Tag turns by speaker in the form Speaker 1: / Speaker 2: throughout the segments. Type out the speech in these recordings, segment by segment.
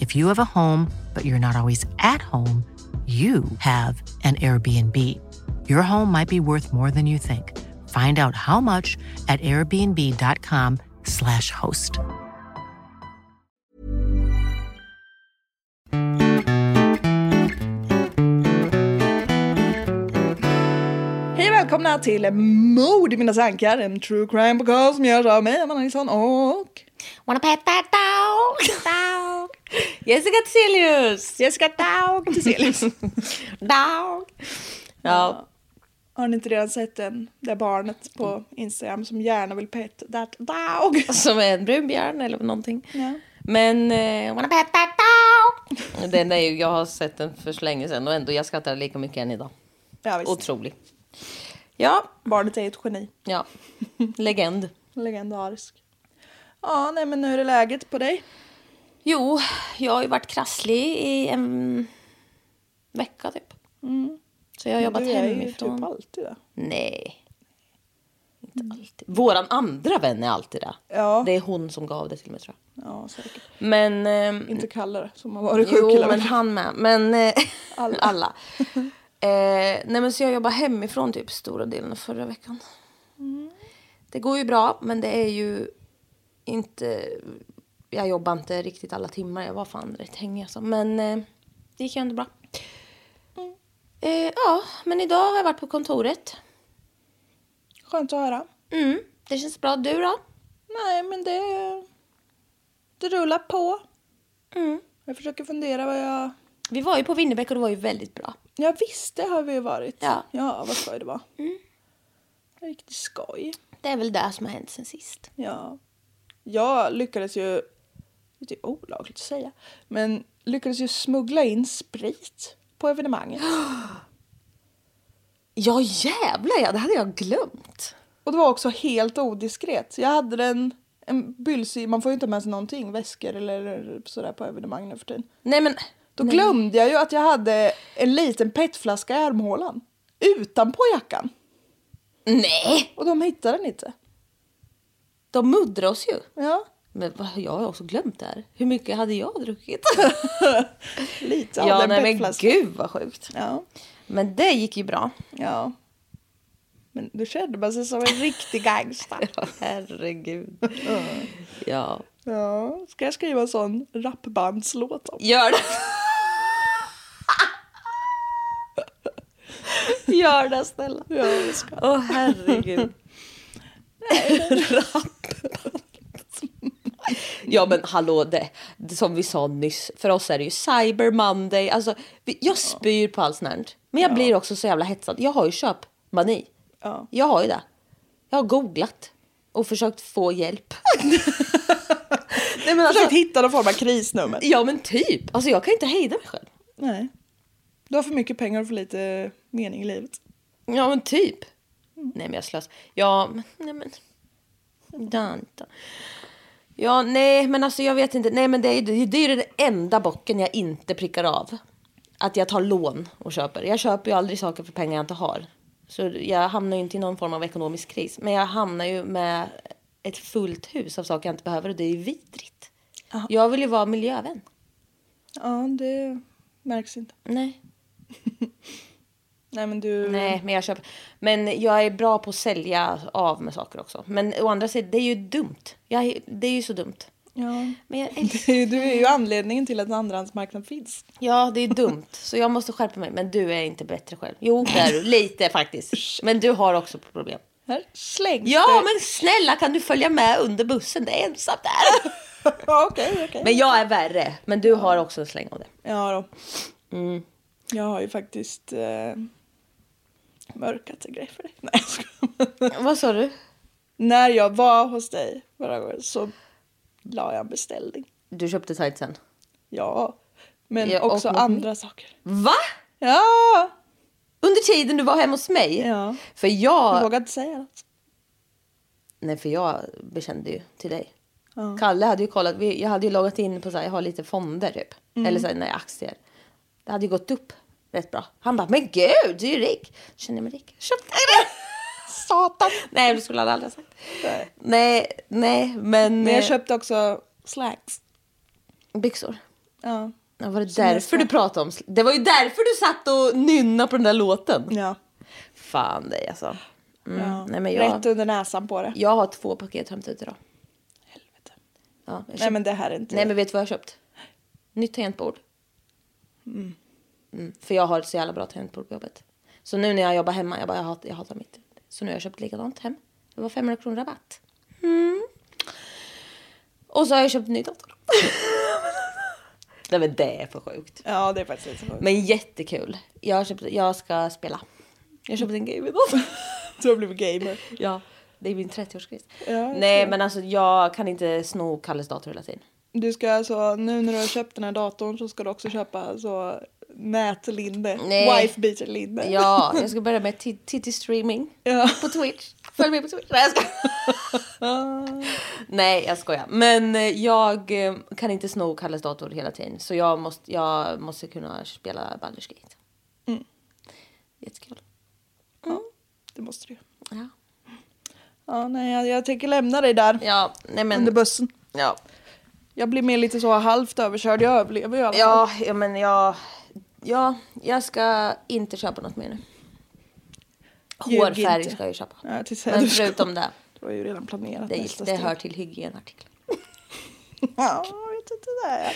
Speaker 1: If you have a home, but you're not always at home, you have an Airbnb. Your home might be worth more than you think. Find out how much at airbnb.com/slash host.
Speaker 2: Hej och välkomna till Mord i mina tankar, en true crime podcast som görs av mig, Amanda Nilsson och...
Speaker 3: Wanna pet that dog? Dog. Jessica Theselius. Jessica dog.
Speaker 2: Theselius.
Speaker 3: dog. Ja.
Speaker 2: Har ni inte redan sett den, det barnet på Instagram som gärna vill pet that dog?
Speaker 3: Som är en brunbjörn eller någonting.
Speaker 2: Ja.
Speaker 3: Men eh, wanna pet that dog? Den är ju, jag har sett den för så länge sedan och ändå jag skrattar lika mycket än idag.
Speaker 2: Ja, visst.
Speaker 3: Otrolig. Ja,
Speaker 2: Barnet är ett geni.
Speaker 3: ja. Legend.
Speaker 2: Legendarisk. Ja, nej men hur är läget på dig?
Speaker 3: Jo, jag har ju varit krasslig i en vecka typ. Så jag har jobbat
Speaker 2: du är ju
Speaker 3: hemifrån.
Speaker 2: typ alltid det.
Speaker 3: Nej. Inte alltid. Våran andra vän är alltid det.
Speaker 2: Mm. Ja.
Speaker 3: Det är hon som gav det till mig tror jag.
Speaker 2: Ja, säkert.
Speaker 3: Men... ehm,
Speaker 2: Inte kallare som har varit sjuk
Speaker 3: jo,
Speaker 2: hela
Speaker 3: men
Speaker 2: veckan.
Speaker 3: han med. Men... eh,
Speaker 2: Alla.
Speaker 3: alla. Eh, nej men så jag jobbar hemifrån typ stora delen av förra veckan.
Speaker 2: Mm.
Speaker 3: Det går ju bra men det är ju inte... Jag jobbar inte riktigt alla timmar. Jag var fan rätt hängig alltså. Men eh, det gick ju ändå bra.
Speaker 2: Mm.
Speaker 3: Eh, ja, men idag har jag varit på kontoret.
Speaker 2: Skönt att höra.
Speaker 3: Mm, det känns bra. Du då?
Speaker 2: Nej, men det... Det rullar på.
Speaker 3: Mm.
Speaker 2: Jag försöker fundera vad jag...
Speaker 3: Vi var ju på Winnerbäck och det var ju väldigt bra.
Speaker 2: Ja visst, det har vi ju varit.
Speaker 3: Ja. Mm.
Speaker 2: ja vad skoj det var. Riktigt skoj.
Speaker 3: Det är väl det som har hänt sen sist.
Speaker 2: Ja. Jag lyckades ju, det är olagligt att säga, men lyckades ju smuggla in sprit på evenemanget.
Speaker 3: Ja jävlar ja, det hade jag glömt.
Speaker 2: Och det var också helt odiskret. Jag hade en, en bylsig, man får ju inte med sig någonting, väskor eller sådär på evenemang nu för tiden.
Speaker 3: Nej men.
Speaker 2: Då
Speaker 3: nej.
Speaker 2: glömde jag ju att jag hade en liten petflaska i armhålan. Utanpå jackan.
Speaker 3: Nej!
Speaker 2: Och de hittade den inte.
Speaker 3: De muddrar oss ju.
Speaker 2: Ja,
Speaker 3: Men vad, jag har också glömt det här. Hur mycket hade jag druckit?
Speaker 2: lite av
Speaker 3: ja
Speaker 2: den
Speaker 3: nej men
Speaker 2: petflaskan.
Speaker 3: gud vad sjukt.
Speaker 2: Ja.
Speaker 3: Men det gick ju bra.
Speaker 2: Ja. Men du kände man sig som en riktig gangster.
Speaker 3: Ja, herregud. ja.
Speaker 2: ja. Ska jag skriva en sån rapbandslåt om?
Speaker 3: Gör det. Gör det snälla.
Speaker 2: Ja, jag ska.
Speaker 3: Åh herregud. ja men hallå, det, det, som vi sa nyss, för oss är det ju cyber monday. Alltså, vi, jag spyr på allt sånt här. Men jag blir också så jävla hetsad. Jag har ju köpmani.
Speaker 2: Ja.
Speaker 3: Jag har ju det. Jag har googlat och försökt få hjälp. Nej, men alltså,
Speaker 2: Försökt hitta någon form av krisnummer.
Speaker 3: ja men typ. Alltså jag kan inte hejda mig själv.
Speaker 2: Nej. Du har för mycket pengar och för lite mening i livet.
Speaker 3: Ja men typ. Nej men jag slös. Ja men, nej men. Danta. Ja, nej, men alltså jag vet inte. Nej, men det är, det, det är ju den enda bocken jag inte prickar av. Att jag tar lån och köper. Jag köper ju aldrig saker för pengar jag inte har. Så jag hamnar ju inte i någon form av ekonomisk kris. Men jag hamnar ju med ett fullt hus av saker jag inte behöver och det är ju vidrigt.
Speaker 2: Ja.
Speaker 3: Jag vill ju vara miljövän.
Speaker 2: Ja, det märks inte.
Speaker 3: Nej.
Speaker 2: Nej men du...
Speaker 3: Nej, men jag köper. Men jag är bra på att sälja av med saker också. Men å andra sidan, det är ju dumt. Jag, är- det är ju så dumt.
Speaker 2: Ja.
Speaker 3: Men jag
Speaker 2: Det är ju- Du är ju anledningen till att en andrahandsmarknad finns.
Speaker 3: Ja, det är dumt. Så jag måste skärpa mig. Men du är inte bättre själv. Jo, det är du. Lite faktiskt. Men du har också problem.
Speaker 2: Här slängs
Speaker 3: Ja,
Speaker 2: det.
Speaker 3: men snälla kan du följa med under bussen? Det är ensamt där.
Speaker 2: Ja, okej, okej.
Speaker 3: Men jag är värre. Men du har också en släng av det.
Speaker 2: Ja då. Mm. Jag har ju faktiskt eh, mörkat en grej för dig. Nej, jag skojar.
Speaker 3: Vad sa du?
Speaker 2: När jag var hos dig förra gången så la jag en beställning.
Speaker 3: Du köpte tightsen.
Speaker 2: Ja, men
Speaker 3: Ja, och
Speaker 2: också
Speaker 3: mot
Speaker 2: andra saker.
Speaker 3: Va?
Speaker 2: Ja,
Speaker 3: Under tiden du var hemma hos mig?
Speaker 2: Ja.
Speaker 3: För
Speaker 2: jag
Speaker 3: jag...
Speaker 2: vågade inte säga något.
Speaker 3: Nej, för jag bekände ju till dig.
Speaker 2: Ja.
Speaker 3: Kalle hade ju kollat. vi- Jag hade ju loggat in på så här, jag har lite fonder typ.
Speaker 2: Mm.
Speaker 3: Eller så här, nej, aktier. Det hade ju gått upp rätt bra. Han bara, men gud, du är ju rik. Känner mig rik. Köpte det!
Speaker 2: Satan!
Speaker 3: nej, det skulle han aldrig ha sagt.
Speaker 2: Nej.
Speaker 3: Nej, nej, men...
Speaker 2: Men jag
Speaker 3: eh,
Speaker 2: köpte också slacks.
Speaker 3: Byxor.
Speaker 2: Ja.
Speaker 3: Ja, var det
Speaker 2: Som jag
Speaker 3: därför
Speaker 2: ska-
Speaker 3: du pratade om... sl- Det var ju därför du satt och nynnade på den där låten.
Speaker 2: Ja.
Speaker 3: Fan dig alltså. Mm.
Speaker 2: ja.
Speaker 3: Nej, men jag,
Speaker 2: Rätt under näsan på det.
Speaker 3: jag har två paket hämtat ut idag.
Speaker 2: Helvete.
Speaker 3: Ja, jag köpte-
Speaker 2: Nej men det här är inte...
Speaker 3: Nej men vet du vad jag har köpt? Nytt tangentbord. Mm, för jag har ett så jävla bra tangentbord på jobbet. Så nu när jag jobbar hemma, jag bara jag hatar, jag hatar mitt. Så nu har jag köpt likadant hem. Det var 500 kronor rabatt. Mm. Och så har jag köpt en ny dator. Nej men det är för sjukt.
Speaker 2: Ja det är faktiskt lite sjukt.
Speaker 3: Men jättekul. Jag, har köpt, jag ska spela. Jag köpte en game idag.
Speaker 2: Du har blivit gamer.
Speaker 3: ja, det är min 30-årskris.
Speaker 2: Ja,
Speaker 3: Nej
Speaker 2: så.
Speaker 3: men alltså jag kan inte sno Kalles dator hela tiden.
Speaker 2: Du ska alltså, nu när du har köpt den här datorn så ska du också köpa alltså, så nätlinne,
Speaker 3: Nej.
Speaker 2: wifebeater-linne.
Speaker 3: Ja, jag ska börja med tit- titti-streaming
Speaker 2: Ja.
Speaker 3: på Twitch. Följ med på Twitch. Nej, jag skojar.
Speaker 2: Ah,
Speaker 3: Nej, jag skojar. Men eh, jag eh, kan inte sno Kalles dator hela tiden. Så jag måste, jag måste kunna spela Baldur's Gate.
Speaker 2: Mm.
Speaker 3: Jättekul.
Speaker 2: Det måste du.
Speaker 3: Ja.
Speaker 2: Ja, nej, jag, jag tänker lämna dig där
Speaker 3: ja, nej men.
Speaker 2: under bussen.
Speaker 3: ja.
Speaker 2: Jag blir mer lite så halvt överkörd, jag överlever ju i alla fall.
Speaker 3: Ja, ja, men jag... Ja, jag ska inte köpa något mer nu.
Speaker 2: Ljug
Speaker 3: Hårfärg
Speaker 2: inte.
Speaker 3: ska jag ju köpa.
Speaker 2: Ja, jag tänkte säga,
Speaker 3: Men
Speaker 2: du ska-
Speaker 3: förutom det,
Speaker 2: Det var ju redan planerat
Speaker 3: det,
Speaker 2: nästa
Speaker 3: det
Speaker 2: steg.
Speaker 3: hör till hygienartiklar.
Speaker 2: Ja, jag vet inte det. Är.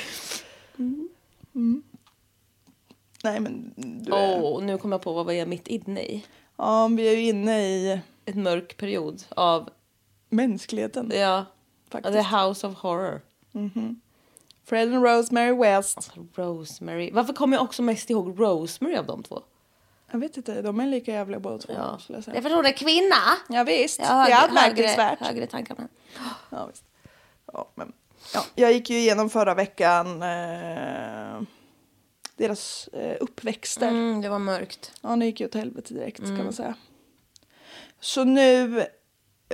Speaker 2: Nej men du
Speaker 3: Åh,
Speaker 2: är...
Speaker 3: nu kom jag på vad vi är mitt inne i.
Speaker 2: Ja, vi är ju inne i
Speaker 3: Ett mörk period av,
Speaker 2: mänskligheten.
Speaker 3: ja,
Speaker 2: Faktiskt.
Speaker 3: The House of Horror.
Speaker 2: Fred and Rosemary West.
Speaker 3: Alltså, Rosemary. Varför kommer jag också mest ihåg Rosemary av de två?
Speaker 2: Jag vet inte, de är lika jävliga båda två.
Speaker 3: Ja.
Speaker 2: skulle jag
Speaker 3: Det
Speaker 2: säga.
Speaker 3: är för att hon är kvinna.
Speaker 2: Ja visst,
Speaker 3: Jag har
Speaker 2: det är
Speaker 3: högre, högre,
Speaker 2: anmärkningsvärt.
Speaker 3: högre tankar med.
Speaker 2: Ja, visst. Ja, men, ja, jag gick ju igenom förra veckan eh, deras eh, uppväxter.
Speaker 3: Mm, det var mörkt.
Speaker 2: Ja, det gick ju åt helvete direkt kan man säga. Så nu, eh,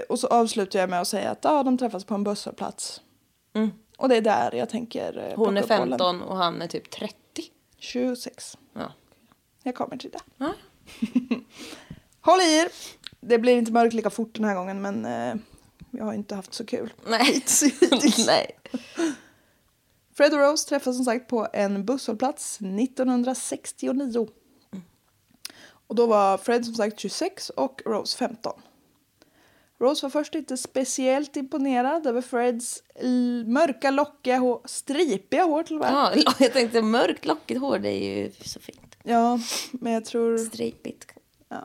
Speaker 2: och så avslutar jag med att säga att ja, de träffas på en busshållplats.
Speaker 3: Mm.
Speaker 2: Och det är där jag tänker eh,
Speaker 3: Hon
Speaker 2: plocka
Speaker 3: är
Speaker 2: upp bollen.
Speaker 3: 15 och han är typ 30.
Speaker 2: 26.
Speaker 3: Ja.
Speaker 2: Jag kommer till det.
Speaker 3: Ja.
Speaker 2: Håll i er! Det blir inte mörkt lika fort den här gången men eh, vi har ju inte haft så kul.
Speaker 3: Nej. Nej.
Speaker 2: Fred och Rose träffas som sagt på en busshållplats 1969. Och då var Fred som sagt 26 och Rose 15. Rose var först inte speciellt imponerad över Freds l- mörka, lockiga hår, stripiga hår till och med. Ja.
Speaker 3: Ja, jag tänkte mörkt lockigt hår, det är ju så fint.
Speaker 2: men jag tror...
Speaker 3: Stripigt.
Speaker 2: Ja.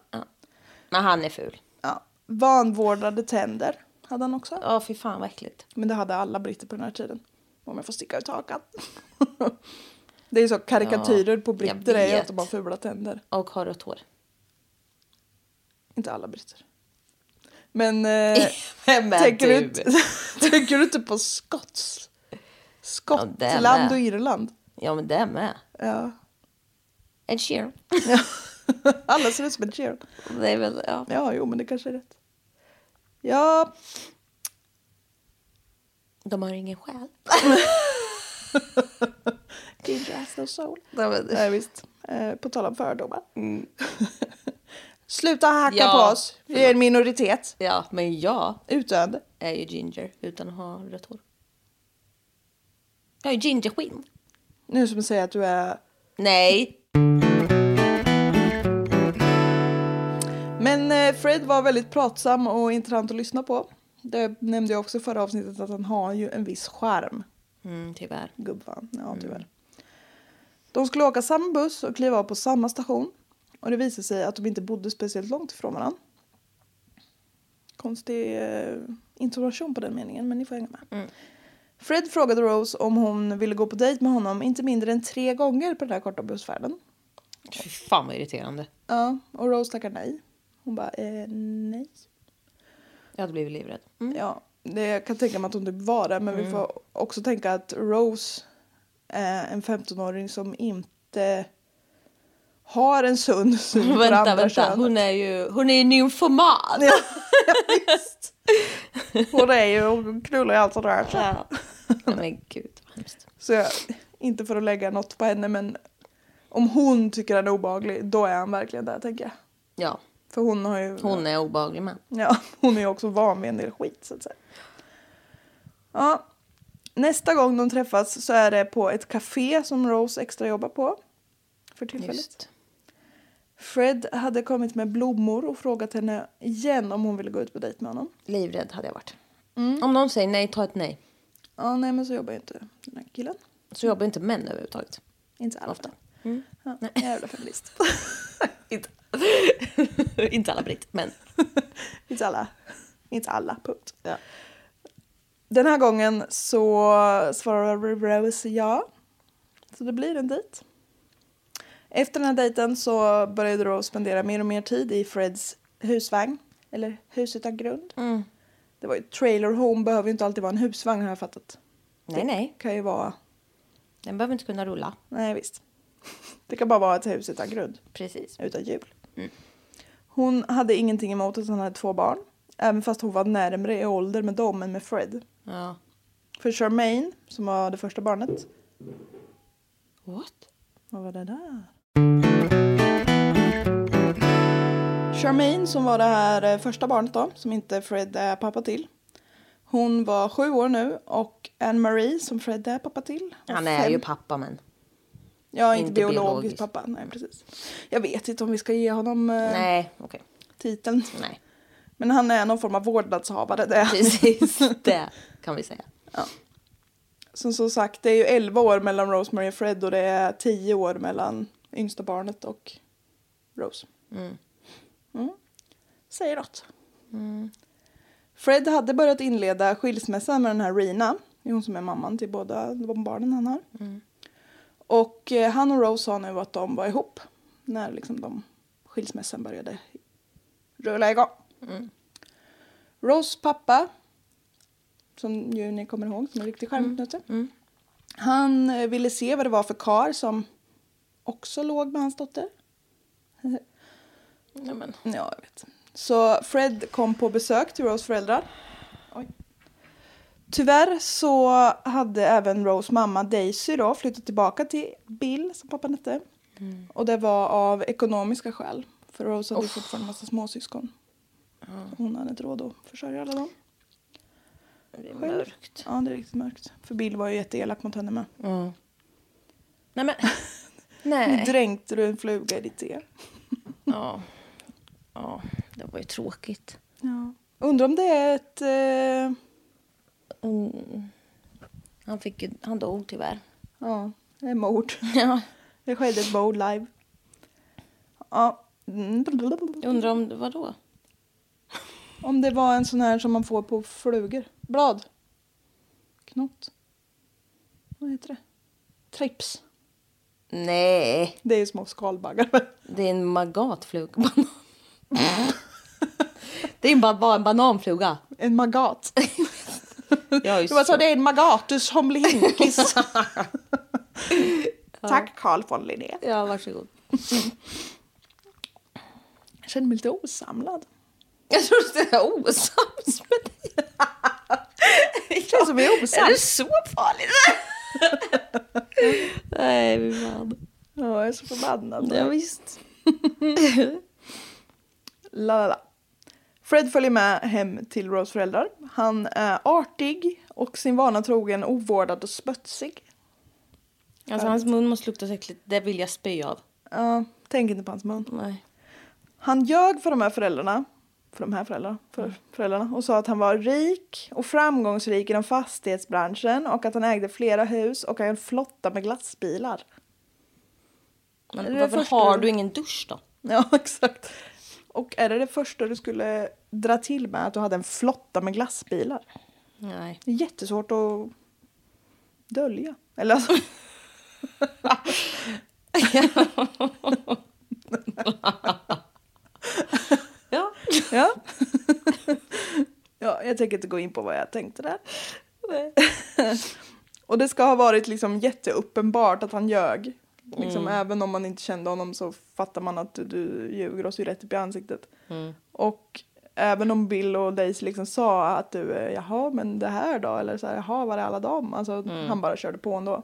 Speaker 3: Men han är ful.
Speaker 2: Ja. Vanvårdade tänder hade han också.
Speaker 3: Ja, fy fan vad äckligt.
Speaker 2: Men det hade alla britter på den här tiden. Om jag får sticka ut hakan. det är ju så karikatyrer
Speaker 3: Ja,
Speaker 2: på
Speaker 3: jag
Speaker 2: britter är ju
Speaker 3: vet.
Speaker 2: att de har fula tänder.
Speaker 3: Och har rött hår.
Speaker 2: Inte alla britter. Men... Eh,
Speaker 3: Vem är
Speaker 2: tänker,
Speaker 3: du?
Speaker 2: du? tänker du inte på Scots?
Speaker 3: Ja,
Speaker 2: Skottland
Speaker 3: det med.
Speaker 2: och Irland.
Speaker 3: Ja, men det är med.
Speaker 2: Ja.
Speaker 3: Ed Sheeran.
Speaker 2: alla ser ut som en cheer.
Speaker 3: Det är väl, ja.
Speaker 2: Ja, jo, men det kanske är rätt. Ja,
Speaker 3: De har ingen själ.
Speaker 2: Ginger has no soul.
Speaker 3: Nej, men-
Speaker 2: Nej, visst. Eh, på tal om fördomar. Sluta hacka
Speaker 3: Mm. Ja.
Speaker 2: på oss. Vi är en minoritet.
Speaker 3: Ja, men jag
Speaker 2: Utdöende.
Speaker 3: är ju ginger utan att ha rött hår. Jag är ju gingerskinn.
Speaker 2: Nu som jag säger att du är...
Speaker 3: Nej.
Speaker 2: Men eh, Fred var väldigt pratsam och intressant att lyssna på. Det nämnde jag också i förra avsnittet att han har ju en viss charm.
Speaker 3: Mm, tyvärr.
Speaker 2: Gubbvan, ja tyvärr. De skulle åka samma buss och kliva av på samma station. Och det visade sig att de inte bodde speciellt långt ifrån varandra. Konstig eh, intonation på den meningen, men ni får hänga med. Fred frågade Rose om hon ville gå på dejt med honom inte mindre än tre gånger på den här korta bussfärden.
Speaker 3: Fy fan vad irriterande.
Speaker 2: Ja, och Rose tackar nej. Hon bara, eh, nej.
Speaker 3: Jag hade blivit livrädd. Mm.
Speaker 2: Ja, det, jag kan tänka mig att hon typ var det. Men vi får också tänka att Rose är en 15-åring som inte har en sund syn på det
Speaker 3: Vänta,
Speaker 2: andra
Speaker 3: vänta.
Speaker 2: könet.
Speaker 3: Hon är ju hon är ju nymfoman.
Speaker 2: Ja, visst. Hon är ju, hon knullar ju allt som rör sig.
Speaker 3: Ja. Nej, men gud vad hemskt.
Speaker 2: Så jag, inte för att lägga något på henne men om hon tycker han är obehaglig då är han verkligen där tänker jag.
Speaker 3: Ja,
Speaker 2: För hon har ju...
Speaker 3: hon är obehaglig med.
Speaker 2: Ja, hon är ju också van vid en del skit så att säga. Ja, nästa gång de träffas så är det på ett café som Rose extra jobbar på. För tillfället.
Speaker 3: Just.
Speaker 2: Fred hade kommit med blommor och frågat henne igen om hon ville gå ut på dejt med honom.
Speaker 3: Livrädd hade jag varit.
Speaker 2: Mm.
Speaker 3: Om någon säger nej, ta ett nej.
Speaker 2: Ja, nej men så jobbar ju inte den här killen.
Speaker 3: Så jobbar inte män överhuvudtaget.
Speaker 2: Inte alla.
Speaker 3: Ofta.
Speaker 2: Ja, jävla feminist.
Speaker 3: Inte, inte alla britt, men.
Speaker 2: inte alla. Inte alla, punkt. Den här gången så svarar Rose ja. Så det blir en dejt. Efter den här dejten så började Rose spendera mer och mer tid i Freds husvagn. Eller hus utan grund. Det var ju trailer home behöver ju inte alltid vara en husvagn har jag fattat.
Speaker 3: Nej, nej.
Speaker 2: Det kan ju vara,
Speaker 3: Den behöver inte kunna rulla.
Speaker 2: nej visst. Det kan bara vara ett hus utan grund.
Speaker 3: Precis.
Speaker 2: utan jul.
Speaker 3: Mm.
Speaker 2: Hon hade ingenting emot att han hade två barn. Även fast hon var närmre i ålder med dem än med Fred.
Speaker 3: Ja.
Speaker 2: För Charmaine, som var det första barnet.
Speaker 3: What?
Speaker 2: Vad var det där? Charmaine, som var det här eh, första barnet då, som inte Fred är pappa till. Hon var sju år nu och Anne-Marie, som Fred är pappa till. var
Speaker 3: Han är
Speaker 2: fem.
Speaker 3: ju pappa, men.
Speaker 2: Ja, inte,
Speaker 3: inte
Speaker 2: biologisk,
Speaker 3: biologisk.
Speaker 2: pappa. Nej, precis. Jag vet inte om vi ska ge honom eh,
Speaker 3: Nej, okej.
Speaker 2: titeln.
Speaker 3: Nej,
Speaker 2: Men han är någon form av vårdnadshavare. Det är han.
Speaker 3: precis. det kan vi säga.
Speaker 2: Som, som sagt, det är ju 11 år mellan Rosemary och Fred och det är 10 år mellan yngsta barnet och Rose. Mm. Säger något. Fred hade börjat inleda skilsmässan med den här Rina. Det är hon som är mamman till båda de barnen han har. Och eh, han och Rose sa nu att de var ihop när liksom de skilsmässan började rulla igång. Rose pappa, som ju ni kommer ihåg som är en riktig skärmknutte. Han eh, ville se vad det var för kar som också låg med hans dotter.
Speaker 3: Nej, men.
Speaker 2: Ja, jag vet. Så Fred kom på besök till Rose föräldrar. Oj. Tyvärr så hade även Rose mamma Daisy då flyttat tillbaka till Bill, som pappan hette. Och det var av ekonomiska skäl. För Rose hade fortfarande en massa småsyskon. Hon hade inte råd att försörja alla dem.
Speaker 3: Det är mörkt.
Speaker 2: Ja, det är riktigt mörkt. För Bill var ju jätteelak mot henne med.
Speaker 3: Nej, men.
Speaker 2: Nu
Speaker 3: Nej.
Speaker 2: dränkte du en fluga i ditt te.
Speaker 3: Ja. ja, det var ju tråkigt.
Speaker 2: Ja. Undrar om det är ett... Eh,
Speaker 3: Mm. Han, fick ju, han dog tyvärr.
Speaker 2: ja, det är mord.
Speaker 3: Ja.
Speaker 2: Det skedde ett mord live. Ja. mm,
Speaker 3: Jag undrar om, vadå?
Speaker 2: Om det var en sån här som man får på flugor. Blad. Knott. Vad heter det? Trips.
Speaker 3: Nej,
Speaker 2: Det är ju små skalbaggar.
Speaker 3: det är en magatflugbanan. det är ju bara, bara en bananfluga.
Speaker 2: En magat.
Speaker 3: Jag är ju
Speaker 2: Du bara
Speaker 3: så-
Speaker 2: sa det är en magatus homlihinkis. Tack Carl von Linné.
Speaker 3: Ja, varsågod.
Speaker 2: Jag känner mig lite osamlad.
Speaker 3: Jag trodde du var osams med dig.
Speaker 2: Det känns som vi är
Speaker 3: Är det
Speaker 2: osams.
Speaker 3: så farligt? Nej, fy fan.
Speaker 2: Ja, jag är så förbannad.
Speaker 3: Ja, visst.
Speaker 2: La, la, la. Fred följer med hem till Rose föräldrar. Han är artig och sin vana trogen ovårdad och smutsig.
Speaker 3: Alltså, hans mun måste lukta så äckligt. Det vill jag spy av.
Speaker 2: Ja, tänk inte på hans mun.
Speaker 3: Nej.
Speaker 2: Han ljög för de här föräldrarna, för de här föräldrarna, för föräldrarna och sa att han var rik och framgångsrik inom fastighetsbranschen och att han ägde flera hus och en flotta med glassbilar.
Speaker 3: Men
Speaker 2: Är det det
Speaker 3: varför
Speaker 2: första
Speaker 3: har
Speaker 2: du-
Speaker 3: du ingen dusch då?
Speaker 2: Ja, exakt. Och är det det första du skulle dra till med, att du hade en flotta med glassbilar?
Speaker 3: Nej.
Speaker 2: Det är jättesvårt att dölja. Eller alltså...
Speaker 3: Ja.
Speaker 2: Ja. ja, jag tänker inte gå in på vad jag tänkte där. Och det ska ha varit liksom jätteuppenbart att han ljög. Liksom, Även om man inte kände honom så fattar man att du, du ljuger oss ju rätt upp i ansiktet. Och även om Bill och Daisy liksom sa att du, eh, jaha men det här då? Eller så här, jaha var det alla dem? Alltså han bara körde på ändå.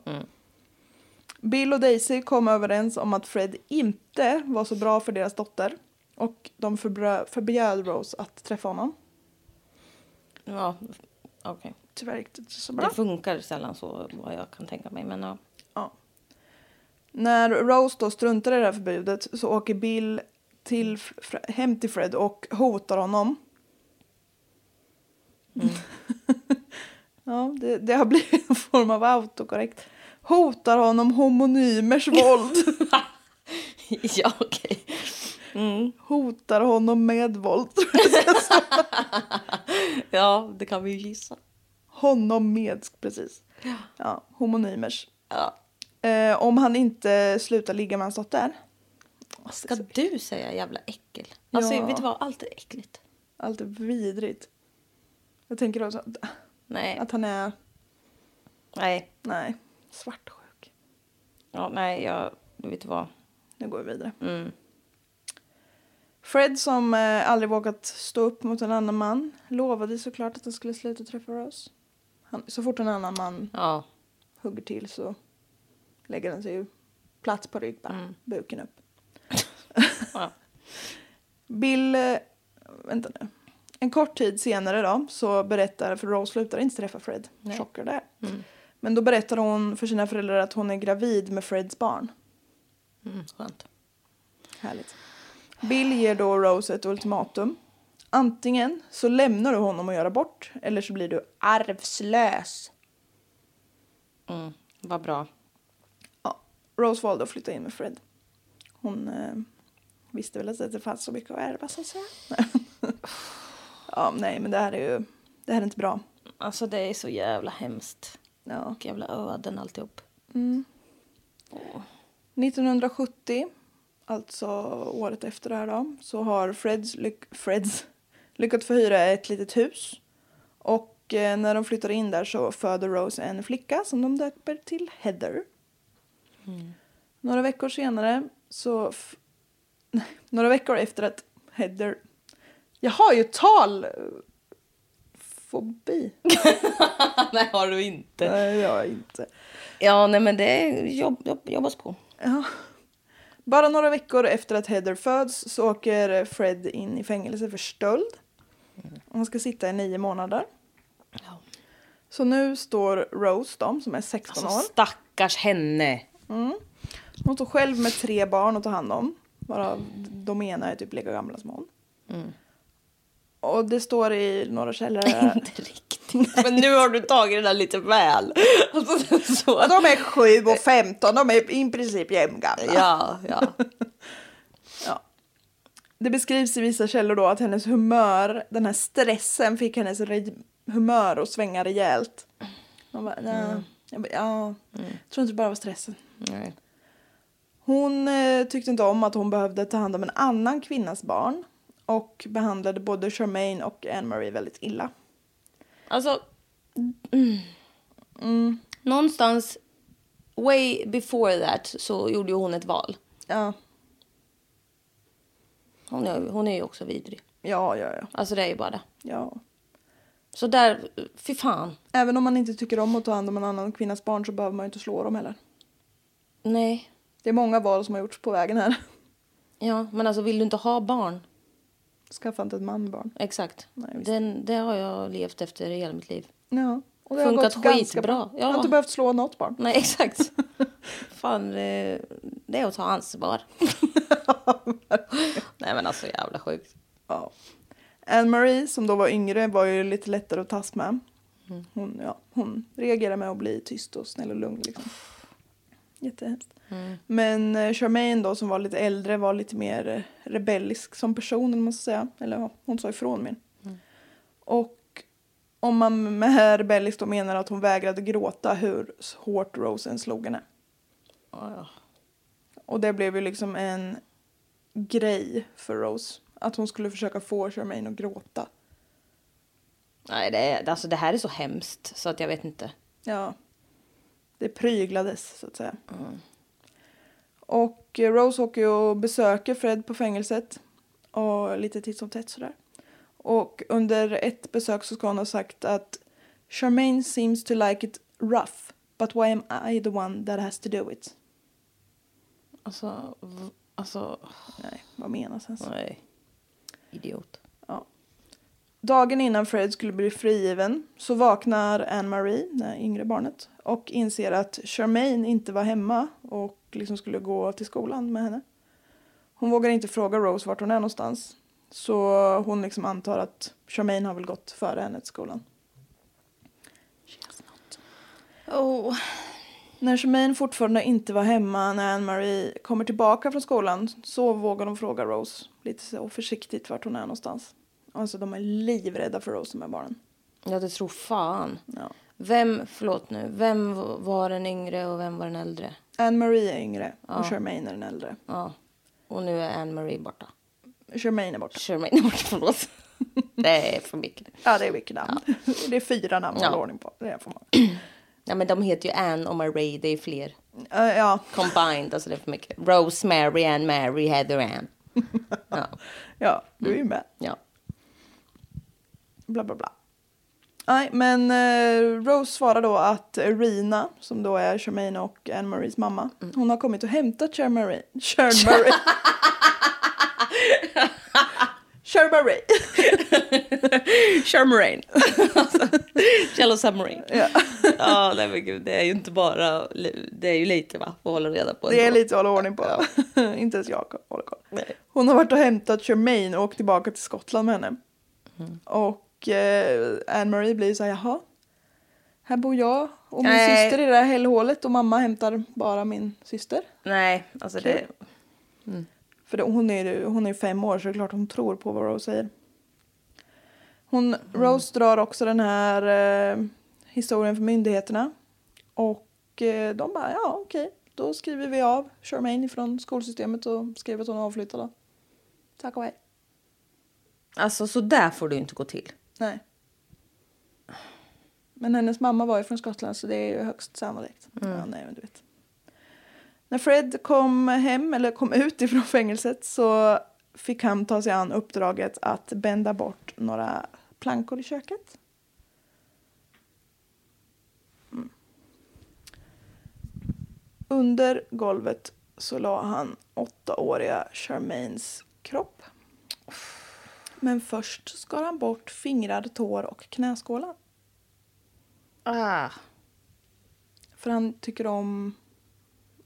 Speaker 2: Bill och Daisy kom överens om att Fred inte var så bra för deras dotter. Och de förbrö- förbjöd Rose att träffa honom.
Speaker 3: Ja, okej.
Speaker 2: Tyvärr gick det inte så
Speaker 3: Det
Speaker 2: bra.
Speaker 3: funkar sällan så vad jag kan tänka mig. Men ja.
Speaker 2: Ja. När Rose då struntar i det här förbudet så åker Bill till, Fre- hem till Fred och hotar honom. ja, det, det har blivit en form av autokorrekt. Hotar honom homonymers våld.
Speaker 3: ja, okej.
Speaker 2: hotar honom med våld.
Speaker 3: Ja, det kan vi ju gissa.
Speaker 2: honom med, precis. Ja, homonymers.
Speaker 3: Ja.
Speaker 2: Eh, om han inte slutar ligga med hans dotter.
Speaker 3: Ska du säga jävla äckel? Alltså,
Speaker 2: Ja.
Speaker 3: vet du vad? Allt är äckligt.
Speaker 2: Allt är vidrigt. Jag tänker också att,
Speaker 3: Nej.
Speaker 2: att han är...
Speaker 3: Nej.
Speaker 2: Nej, svartsjuk.
Speaker 3: Ja, nej, jag vet du vad.
Speaker 2: Nu går vi vidare.
Speaker 3: Mm.
Speaker 2: Fred, som eh, aldrig vågat stå upp mot en annan man, lovade såklart att han skulle sluta träffa Rose. Han, så fort en annan man
Speaker 3: Ja.
Speaker 2: hugger till så lägger den sig ju platt på rygg, bara, buken upp.
Speaker 3: ja.
Speaker 2: Bill... eh, Vänta nu. En kort tid senare då så berättar, för Rose slutar inte träffa Fred. Chocker där. Men då berättar hon för sina föräldrar att hon är gravid med Freds barn.
Speaker 3: Mm, skönt.
Speaker 2: Härligt. Bill ger då Rose ett ultimatum. Antingen så lämnar du honom och gör abort eller så blir du arvslös.
Speaker 3: Mm, vad bra.
Speaker 2: Ja, Rose valde att flytta in med Fred. Hon eh, visste väl att det inte fanns så mycket att ärva så att säga. ja, nej men det här är ju, det här är inte bra.
Speaker 3: Alltså, det är så jävla hemskt.
Speaker 2: Ja.
Speaker 3: Och jävla öden alltihop.
Speaker 2: 1970, alltså året efter det här då, så har Freds, lyck- Freds lyckats få hyra ett litet hus. Och eh, när de flyttar in där så föder Rose en flicka som de döper till Heather. Några veckor senare så... F- nej, några veckor efter att Heather... Jag har ju tal... Fobi?
Speaker 3: nej, har du inte.
Speaker 2: Nej, jag har inte.
Speaker 3: Ja, nej, men det är jobb, jobb, jobbas på.
Speaker 2: Ja. Bara några veckor efter att Heather föds så åker Fred in i fängelse för stöld. Han ska sitta i nio månader.
Speaker 3: Mm. Ja.
Speaker 2: Så nu står Rose då, som är 16
Speaker 3: Alltså,
Speaker 2: år.
Speaker 3: stackars henne.
Speaker 2: Hon står själv med tre barn att ta hand om. Varav de ena är typ lika gamla som hon.
Speaker 3: Mm.
Speaker 2: Och det står i några källor...
Speaker 3: Inte riktigt. Men nu har du tagit det där lite väl. Alltså, så.
Speaker 2: Ja, de är 7 och 15, de är i princip jämngamla.
Speaker 3: Ja, ja.
Speaker 2: Ja. Det beskrivs i vissa källor då att hennes humör, den här stressen fick hennes re- humör att svänga rejält. Hon bara, "Nja." Jag bara, ja, jag tror inte det bara var stressen.
Speaker 3: Nej.
Speaker 2: Hon eh, tyckte inte om att hon behövde ta hand om en annan kvinnas barn och behandlade både Charmaine och Anne-Marie väldigt illa.
Speaker 3: Alltså... mm. Någonstans way before that så gjorde ju hon ett val.
Speaker 2: Ja,
Speaker 3: Hon är, hon är ju också vidrig.
Speaker 2: ja, ja, ja.
Speaker 3: Alltså det är ju bara det.
Speaker 2: ja.
Speaker 3: Så där, fy fan.
Speaker 2: Även om man inte tycker om att ta hand om en annan kvinnas barn så behöver man ju inte slå dem heller.
Speaker 3: Nej.
Speaker 2: Det är många val som har gjorts på vägen här.
Speaker 3: Ja, men alltså vill du inte ha barn?
Speaker 2: Skaffa inte ett manbarn.
Speaker 3: Exakt.
Speaker 2: Nej, visst.
Speaker 3: Den, det har jag levt efter i hela mitt liv.
Speaker 2: Ja. Och det har
Speaker 3: Funkat
Speaker 2: gått ganska
Speaker 3: skitbra.
Speaker 2: Jag har
Speaker 3: Ja.
Speaker 2: inte behövt slå något barn.
Speaker 3: Nej, exakt. Fan, eh, det är att ta ansvar. Nej, men alltså jävla sjukt.
Speaker 2: Ja. Anne-Marie som då var yngre var ju lite lättare att tas med.
Speaker 3: Mm.
Speaker 2: Hon, ja, hon reagerade med att bli tyst och snäll och lugn. Liksom. Jättehemskt.
Speaker 3: Mm.
Speaker 2: Men eh, Charmaine då som var lite äldre var lite mer eh, rebellisk som person. Eller, måste säga. eller ja, hon sa ifrån mer.
Speaker 3: Mm.
Speaker 2: Och om man med rebellisk då menar att hon vägrade gråta hur hårt Rosen slog henne.
Speaker 3: Ja, ja.
Speaker 2: Och det blev ju liksom en grej för Rose. Att hon skulle försöka få Charmaine att gråta.
Speaker 3: Nej, det, är, alltså, det här är så hemskt så att jag vet inte.
Speaker 2: Ja. Det pryglades, så att säga. Och eh, Rose åker ju och besöker Fred på fängelset. Och lite titt som tätt sådär. Och under ett besök så ska hon ha sagt att Charmaine seems to like it rough. But why am I the one that has to do it?
Speaker 3: Alltså, v- alltså,
Speaker 2: Nej, vad menas ens?
Speaker 3: nej. Idiot.
Speaker 2: Ja. Dagen innan Fred skulle bli frigiven så vaknar Anne-Marie, det yngre barnet, och inser att Charmaine inte var hemma och liksom skulle gå till skolan med henne. Hon vågar inte fråga Rose vart hon är någonstans. Så hon liksom antar att Charmaine har väl gått före henne till skolan.
Speaker 3: Oh.
Speaker 2: När Charmaine fortfarande inte var hemma när Anne-Marie kommer tillbaka från skolan så vågar de fråga Rose lite så försiktigt vart hon är någonstans. Alltså de är livrädda för Rose, de här barnen.
Speaker 3: Ja, det tror fan.
Speaker 2: Ja.
Speaker 3: Vem, förlåt nu, vem v- var den yngre och vem var den äldre?
Speaker 2: Anne-Marie är yngre och Charmaine är den äldre.
Speaker 3: Ja. Och nu är Anne-Marie borta.
Speaker 2: Charmaine är borta.
Speaker 3: Charmaine är borta, förlåt. Det är för mycket.
Speaker 2: Ja, det är mycket namn. Det är fyra namn att
Speaker 3: Ja.
Speaker 2: hålla ordning på. Det får man.
Speaker 3: Ja, men de heter ju Anne och Marie, det är fler.
Speaker 2: Eh, ja,
Speaker 3: Combined, alltså det är för mycket. Rosemary, Anne, Mary, Heather, Anne. Ja.
Speaker 2: ja, du är ju med.
Speaker 3: ja.
Speaker 2: Bla, bla, bla. Nej, men eh, Rose svarar då att Rina, som då är Charmaine och Anne-Maries mamma,
Speaker 3: Mm.
Speaker 2: hon har kommit och hämtat Charmaine. Charmaine. Charmaine.
Speaker 3: Charmarain. Shallow submarine. Ja. ja, nej men gud, det är ju inte bara, det är ju lite va, att hålla reda på.
Speaker 2: Det är
Speaker 3: ändå.
Speaker 2: lite att hålla ordning på. Inte ens jag håller koll.
Speaker 3: Nej.
Speaker 2: Hon har varit och hämtat Charmaine och åkt tillbaka till Skottland med henne.
Speaker 3: Mm.
Speaker 2: Och eh, Anne-Marie blir så här, jaha. Här bor jag och min
Speaker 3: Nej.
Speaker 2: syster i det här hällhålet och mamma hämtar bara min syster.
Speaker 3: Nej, alltså det,
Speaker 2: För det, hon är ju hon är ju fem år så det är klart hon tror på vad Rose säger. Hon, Rose drar också den här eh, historien för myndigheterna. Och eh, de bara, ja okej, då skriver vi av Charmaine från skolsystemet och skriver att hon är avflyttad. då." Tack och hej.
Speaker 3: alltså så där får du ju inte gå till.
Speaker 2: Nej. Men hennes mamma var ju från Skottland så det är ju högst sannolikt. Ja, nej, men du vet. När Fred kom hem, eller kom ut ifrån fängelset så fick han ta sig an uppdraget att bända bort några plankor i köket. Mm. Under golvet så la han åttaåriga Charmaines kropp. Men först skar han bort fingrar, tår och knäskålar.
Speaker 3: Ah.
Speaker 2: För han tycker om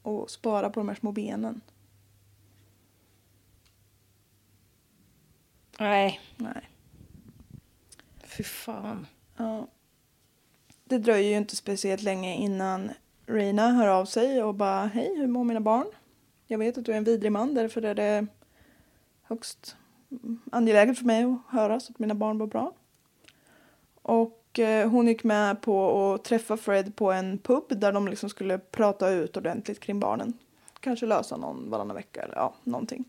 Speaker 2: att spara på de här små benen.
Speaker 3: Nej,
Speaker 2: Nej.
Speaker 3: fy fan.
Speaker 2: Ja. Det dröjer ju inte speciellt länge innan Reina hör av sig och bara Hej, hur mår mina barn? Jag vet att du är en vidrig man, därför är det högst angeläget för mig att höra så att mina barn mår bra. Och eh, hon gick med på att träffa Fred på en pub där de liksom skulle prata ut ordentligt kring barnen. Kanske lösa någon varannan vecka eller ja, någonting.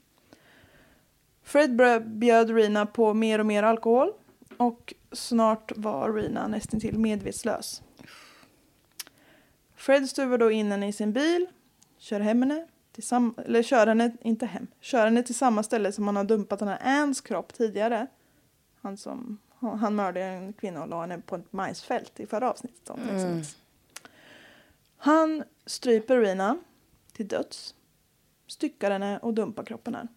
Speaker 2: Fred brö- bjöd Rina på mer och mer alkohol och snart var Rina nästintill medvetslös. Fred stuvar då in henne i sin bil, kör hem henne, till sam- eller kör henne, inte hem, kör henne till samma ställe som han har dumpat den här Anns kropp tidigare. Han som Han mördade en kvinna och la henne på ett majsfält i förra avsnittet. Om mm. Han stryper Rina till döds, styckar henne och dumpar kroppen här.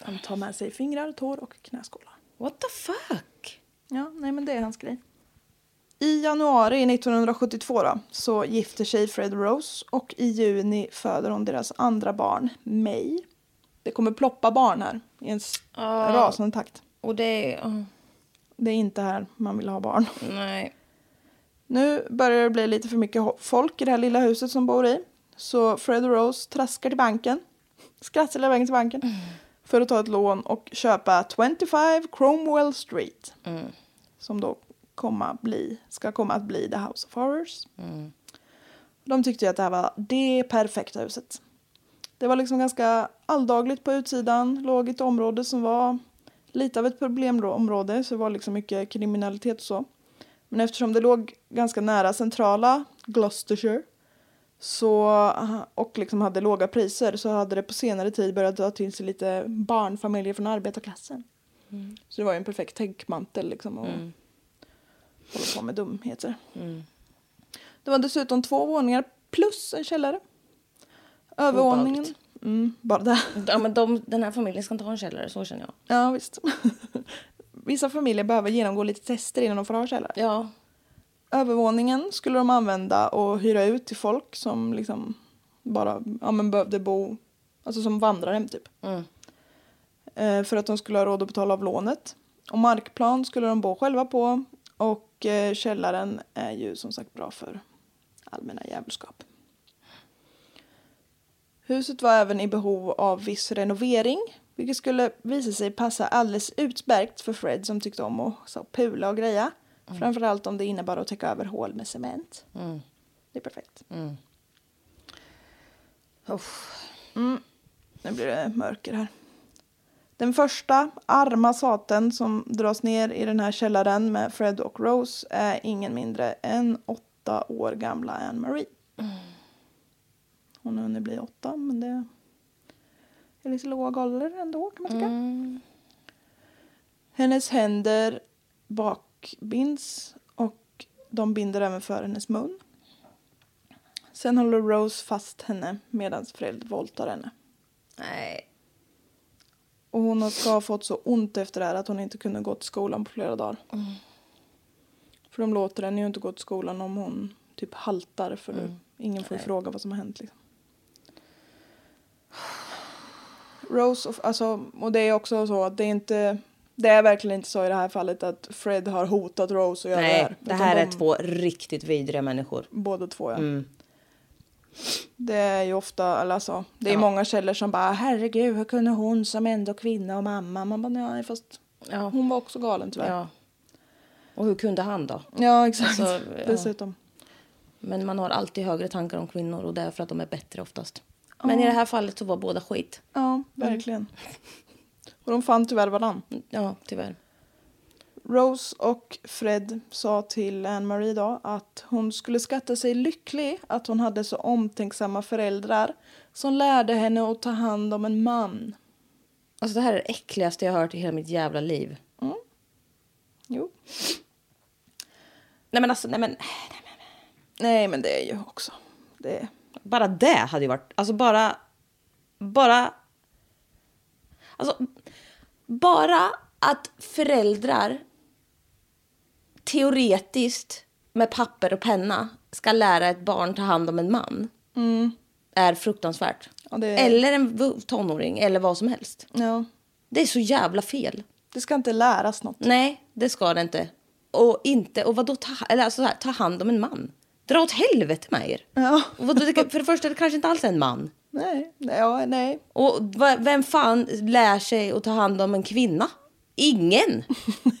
Speaker 2: Han tar med sig fingrar, tår och knäskålar.
Speaker 3: What the fuck?
Speaker 2: Ja, nej men det är hans grej. I januari 1972 då, så gifter sig Fred och Rose och i juni föder hon deras andra barn, May. Det kommer ploppa barn här i en s-
Speaker 3: Ja.
Speaker 2: rasande takt.
Speaker 3: Och det är... åh,
Speaker 2: Det är inte här man vill ha barn.
Speaker 3: nej.
Speaker 2: Nu börjar det bli lite för mycket ho- folk i det här lilla huset som bor i. Så Fred och Rose traskar till banken, skrattar hela vägen till banken, för att ta ett lån och köpa 25 Cromwell Street. Som då komma bli, ska komma att bli The House of Horrors. De tyckte ju att det här var det perfekta huset. Det var liksom ganska alldagligt på utsidan, låg i ett område som var lite av ett problemområde, så det var liksom mycket kriminalitet och så. Men eftersom det låg ganska nära centrala Gloucestershire så, och liksom hade låga priser så hade det på senare tid börjat dra till sig lite barnfamiljer från arbetarklassen. Så det var ju en perfekt tänkmantel liksom att hålla på med dumheter. Det var dessutom två våningar plus en källare. Övervåningen.
Speaker 3: Obehagligt.
Speaker 2: Mm, bara där.
Speaker 3: Ja, men de, den här familjen ska inte ha en källare, så känner jag.
Speaker 2: Ja, visst. Vissa familjer behöver genomgå lite tester innan de får ha källare.
Speaker 3: Ja.
Speaker 2: Övervåningen skulle de använda och hyra ut till folk som liksom bara ja, men behövde bo, alltså som vandrarhem typ.
Speaker 3: Mm.
Speaker 2: Eh, för att de skulle ha råd att betala av lånet. Och markplan skulle de bo själva på och eh, källaren är ju som sagt bra för allmänna djävulskap. Huset var även i behov av viss renovering vilket skulle visa sig passa alldeles utmärkt för Fred som tyckte om att så, pula och greja. Framförallt om det innebar att täcka över hål med cement. Det är perfekt.
Speaker 3: Uff.
Speaker 2: Mm. Nu blir det mörker här. Den första arma saten som dras ner i den här källaren med Fred och Rose är ingen mindre än åtta år gamla Anne Marie. Hon har hunnit bli åtta, men det är lite låg ålder ändå kan man
Speaker 3: Mm.
Speaker 2: tycka. Hennes händer bakbinds och de binder även för hennes mun. Sen håller Rose fast henne medan Fred våldtar henne.
Speaker 3: Nej.
Speaker 2: Och hon har- ska ha fått så ont efter det här att hon inte kunde gå till skolan på flera dagar.
Speaker 3: Mm.
Speaker 2: För de låter henne ju inte gå till skolan om hon typ haltar för
Speaker 3: Mm.
Speaker 2: ingen får ju fråga vad som har hänt liksom. Rose, och, alltså, och det är också så att det är inte, det är verkligen inte så i det här fallet att Fred har hotat Rose och göra det här.
Speaker 3: Nej, det
Speaker 2: Utan
Speaker 3: här
Speaker 2: de,
Speaker 3: är två riktigt vidriga människor.
Speaker 2: Båda två ja.
Speaker 3: Mm.
Speaker 2: Det är ju ofta, eller alltså, det är många källor som bara herregud hur kunde hon som ändå kvinna och mamma. Man bara nej fast
Speaker 3: Ja.
Speaker 2: hon var också galen tyvärr.
Speaker 3: Ja. Och hur kunde han då?
Speaker 2: Ja, exakt.
Speaker 3: Alltså, ja.
Speaker 2: Dessutom.
Speaker 3: Men man har alltid högre tankar om kvinnor och det är för att de är bättre oftast. Men i det här fallet så var båda skit.
Speaker 2: Ja, verkligen. Och de fann tyvärr varann.
Speaker 3: Ja, tyvärr.
Speaker 2: Rose och Fred sa till Anne-Marie då att hon skulle skatta sig lycklig att hon hade så omtänksamma föräldrar som lärde henne att ta hand om en man.
Speaker 3: Alltså det här är det äckligaste jag har hört i hela mitt jävla liv.
Speaker 2: Jo.
Speaker 3: Nej men alltså, nej men.
Speaker 2: Nej, men det är ju också... Det är...
Speaker 3: Bara det hade ju varit, alltså bara, bara. Alltså, bara att föräldrar teoretiskt med papper och penna ska lära ett barn ta hand om en man
Speaker 2: mm,
Speaker 3: är fruktansvärt.
Speaker 2: Ja, det-
Speaker 3: Eller en vu- tonåring eller vad som helst.
Speaker 2: Ja.
Speaker 3: Det är så jävla fel.
Speaker 2: Det ska inte läras något.
Speaker 3: Nej, det ska det inte. Och inte, och vadå ta, eller alltså så här, ta hand om en man? Dra åt helvete med er.
Speaker 2: Ja.
Speaker 3: Och vadå, det, kan- för det första, det kanske inte alls är en man.
Speaker 2: Nej, nej, ja, nej.
Speaker 3: Och va- vem fan lär sig att ta hand om en kvinna? Ingen,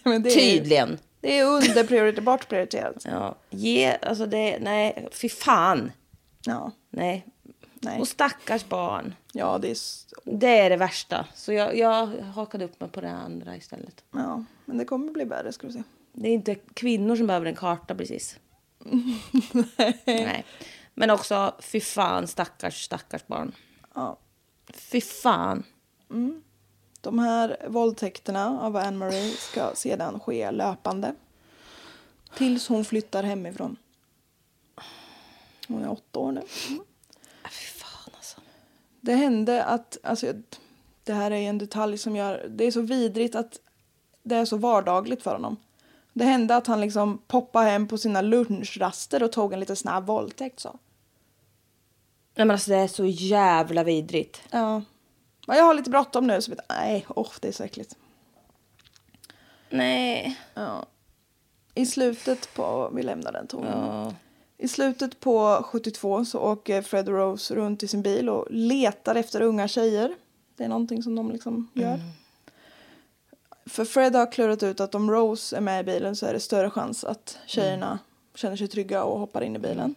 Speaker 2: Men det är, ju-
Speaker 3: tydligen.
Speaker 2: det är underprioriterat, bortprioriterat.
Speaker 3: Ja, ge, alltså det, nej, fy fan.
Speaker 2: Ja,
Speaker 3: Nej.
Speaker 2: nej.
Speaker 3: Och stackars barn.
Speaker 2: Ja, det är... s-
Speaker 3: Det är det värsta. Så jag, jag hakade upp mig på det andra istället.
Speaker 2: Ja, men det kommer bli värre ska du se.
Speaker 3: Det är inte kvinnor som behöver en karta precis. Nej. Men också, fy fan, stackars, stackars barn.
Speaker 2: Ja.
Speaker 3: Fy fan.
Speaker 2: De här våldtäkterna av Anne-Marie ska sedan ske löpande. Tills hon flyttar hemifrån. Hon är åtta år nu.
Speaker 3: Fy fan alltså.
Speaker 2: Det hände att, alltså, jag- det här är ju en detalj som gör, det är så vidrigt att det är så vardagligt för honom. Det hände att han liksom poppade hem på sina lunchraster och tog en lite snabb våldtäkt så.
Speaker 3: Nej men alltså det är så jävla vidrigt.
Speaker 2: Ja. Men jag har lite bråttom nu så vet jag, nej, åh det är så äckligt.
Speaker 3: Nej.
Speaker 2: Ja. I slutet på, vi lämnar den tonen. I slutet på 72 så åker Fred och Rose runt i sin bil och letar efter unga tjejer. Det är någonting som de liksom gör. För Fred har klurat ut att om Rose är med i bilen så är det större chans att tjejerna känner sig trygga och hoppar in i bilen.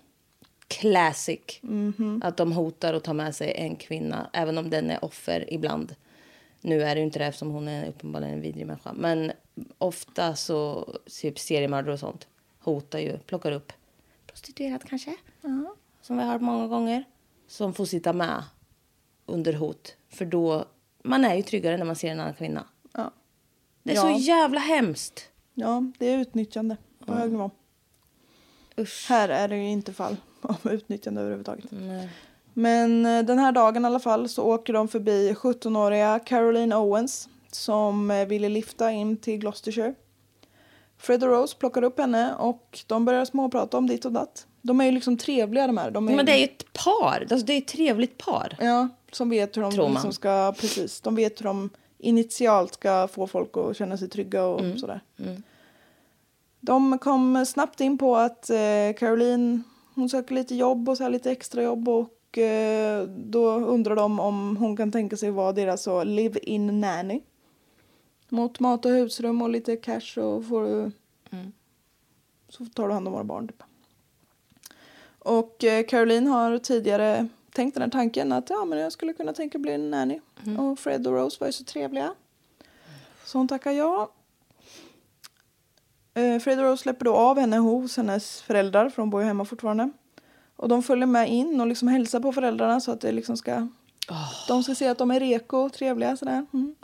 Speaker 3: Classic.
Speaker 2: Mm-hmm.
Speaker 3: Att de hotar att ta med sig en kvinna, även om den är offer ibland. Nu är det ju inte det eftersom hon är uppenbarligen en vidrig människa. Men ofta så, typ seriemördare och sånt, hotar ju, plockar upp prostituerad kanske. Som vi har hört många gånger. Som får sitta med under hot. För då, man är ju tryggare när man ser en annan kvinna.
Speaker 2: Ja.
Speaker 3: Det är
Speaker 2: Ja.
Speaker 3: så jävla hemskt.
Speaker 2: Ja, det är utnyttjande på hög nivå.
Speaker 3: Usch.
Speaker 2: Här är det ju inte fall av utnyttjande överhuvudtaget.
Speaker 3: Nej.
Speaker 2: Men eh, den här dagen i alla fall så åker de förbi 17-åriga Caroline Owens som eh, ville lifta in till Gloucestershire. Fred och Rose plockar upp henne och de börjar småprata om ditt och datt. De är ju liksom trevliga de här. De
Speaker 3: Men det är ju ett par, alltså det är ett trevligt par.
Speaker 2: Ja, som vet hur
Speaker 3: Tror
Speaker 2: de
Speaker 3: man.
Speaker 2: liksom ska, precis, de vet hur de initialt ska få folk att känna sig trygga och
Speaker 3: Mm.
Speaker 2: sådär. De kom snabbt in på att eh, Caroline, hon söker lite jobb och så här lite extra jobb och eh, då undrar de om hon kan tänka sig vara deras så live-in nanny. Mot mat och husrum och lite cash och får du...
Speaker 3: Mm.
Speaker 2: Så tar du hand om våra barn typ. Och eh, Caroline har tidigare tänkt den här tanken att ja, men jag skulle kunna tänka bli en nanny. Och Fred och Rose var ju så trevliga. Så hon tackar ja. Eh, Fred och Rose släpper då av henne hos hennes föräldrar för de bor ju hemma fortfarande. Och de följer med in och liksom hälsar på föräldrarna så att det liksom ska... De ska se att de är reko och trevliga sådär. Mm.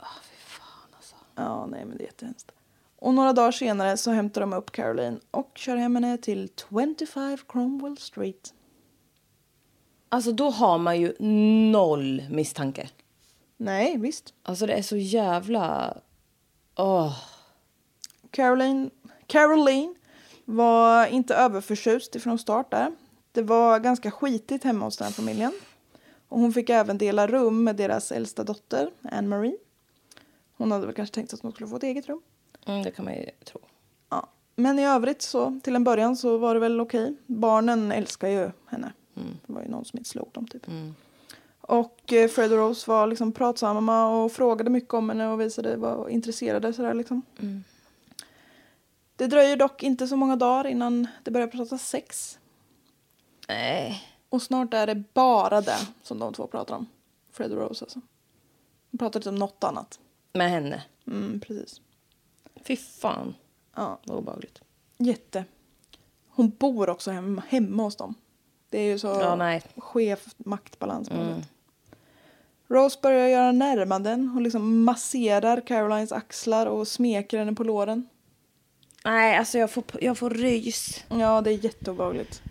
Speaker 2: Ja, nej men det är jättehemskt. Och några dagar senare så hämtar de upp Caroline och kör hem henne till 25 Cromwell Street.
Speaker 3: Alltså då har man ju noll misstanke.
Speaker 2: Nej, visst.
Speaker 3: Alltså det är så jävla... Åh.
Speaker 2: Caroline, Caroline var inte överförtjust ifrån start där. Det var ganska skitigt hemma hos den här familjen. Och hon fick även dela rum med deras äldsta dotter, Anne-Marie. Hon hade väl kanske tänkt att hon skulle få ett eget rum.
Speaker 3: Mm, det kan man ju tro.
Speaker 2: Ja. Men i övrigt så, till en början så var det väl okej. Barnen älskar ju henne. Det var ju någon som inte slog dem typ. Och eh, Fred och Rose var liksom pratsamma och frågade mycket om henne och visade var intresserade sådär liksom. Det dröjer dock inte så många dagar innan det börjar prata sex.
Speaker 3: Nej.
Speaker 2: Och snart är det bara det som de två pratar om. Fred och Rose alltså. De pratar inte om något annat.
Speaker 3: Med henne.
Speaker 2: Mm, precis.
Speaker 3: Fy fan
Speaker 2: Ja.
Speaker 3: vad obehagligt.
Speaker 2: Jätte. Hon bor också hemma, hemma hos dem. Det är ju så
Speaker 3: Ja, nej. Mm.
Speaker 2: skev maktbalans på något sätt. Rose börjar göra närmanden. Hon liksom masserar Carolines axlar och smeker henne på låren.
Speaker 3: Nej, alltså jag får, jag får rys.
Speaker 2: Ja, det är jätteobehagligt.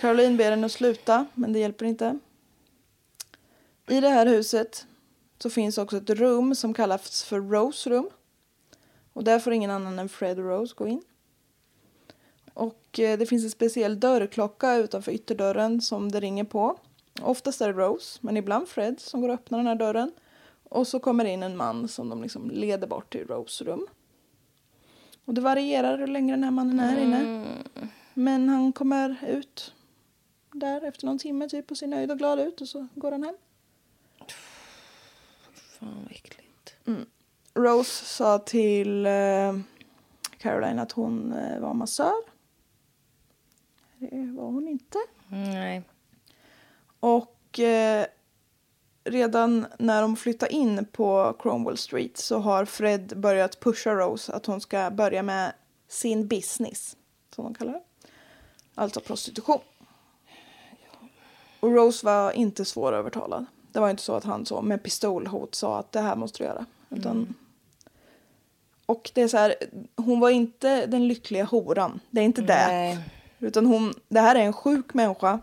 Speaker 2: Caroline ber henne att sluta, men det hjälper inte. I det här huset så finns också ett rum som kallas för Rose rum. Och där får ingen annan än Fred och Rose gå in. Och eh, det finns en speciell dörrklocka utanför ytterdörren som det ringer på. Oftast är det Rose, men ibland Fred som går och öppnar den här dörren. Och så kommer det in en man som de liksom leder bort till Rose rum. Och det varierar hur länge den här mannen är inne. Men han kommer ut där efter någon timme typ och ser nöjd och glad ut och så går han hem.
Speaker 3: Fan vad äckligt.
Speaker 2: Rose sa till eh, Caroline att hon eh, var massör. Det Eh, var hon inte.
Speaker 3: Mm, Nej.
Speaker 2: Och eh, redan när de flyttar in på Cromwell Street så har Fred börjat pusha Rose att hon ska börja med sin business, som de kallar det. Alltså prostitution. Och Rose var inte svårövertalad. Det var inte så att han så med pistolhot sa att det här måste du göra. Utan... Och det är så här, hon var inte den lyckliga horan. Det är inte
Speaker 3: Nej.
Speaker 2: det. Utan hon, det här är en sjuk människa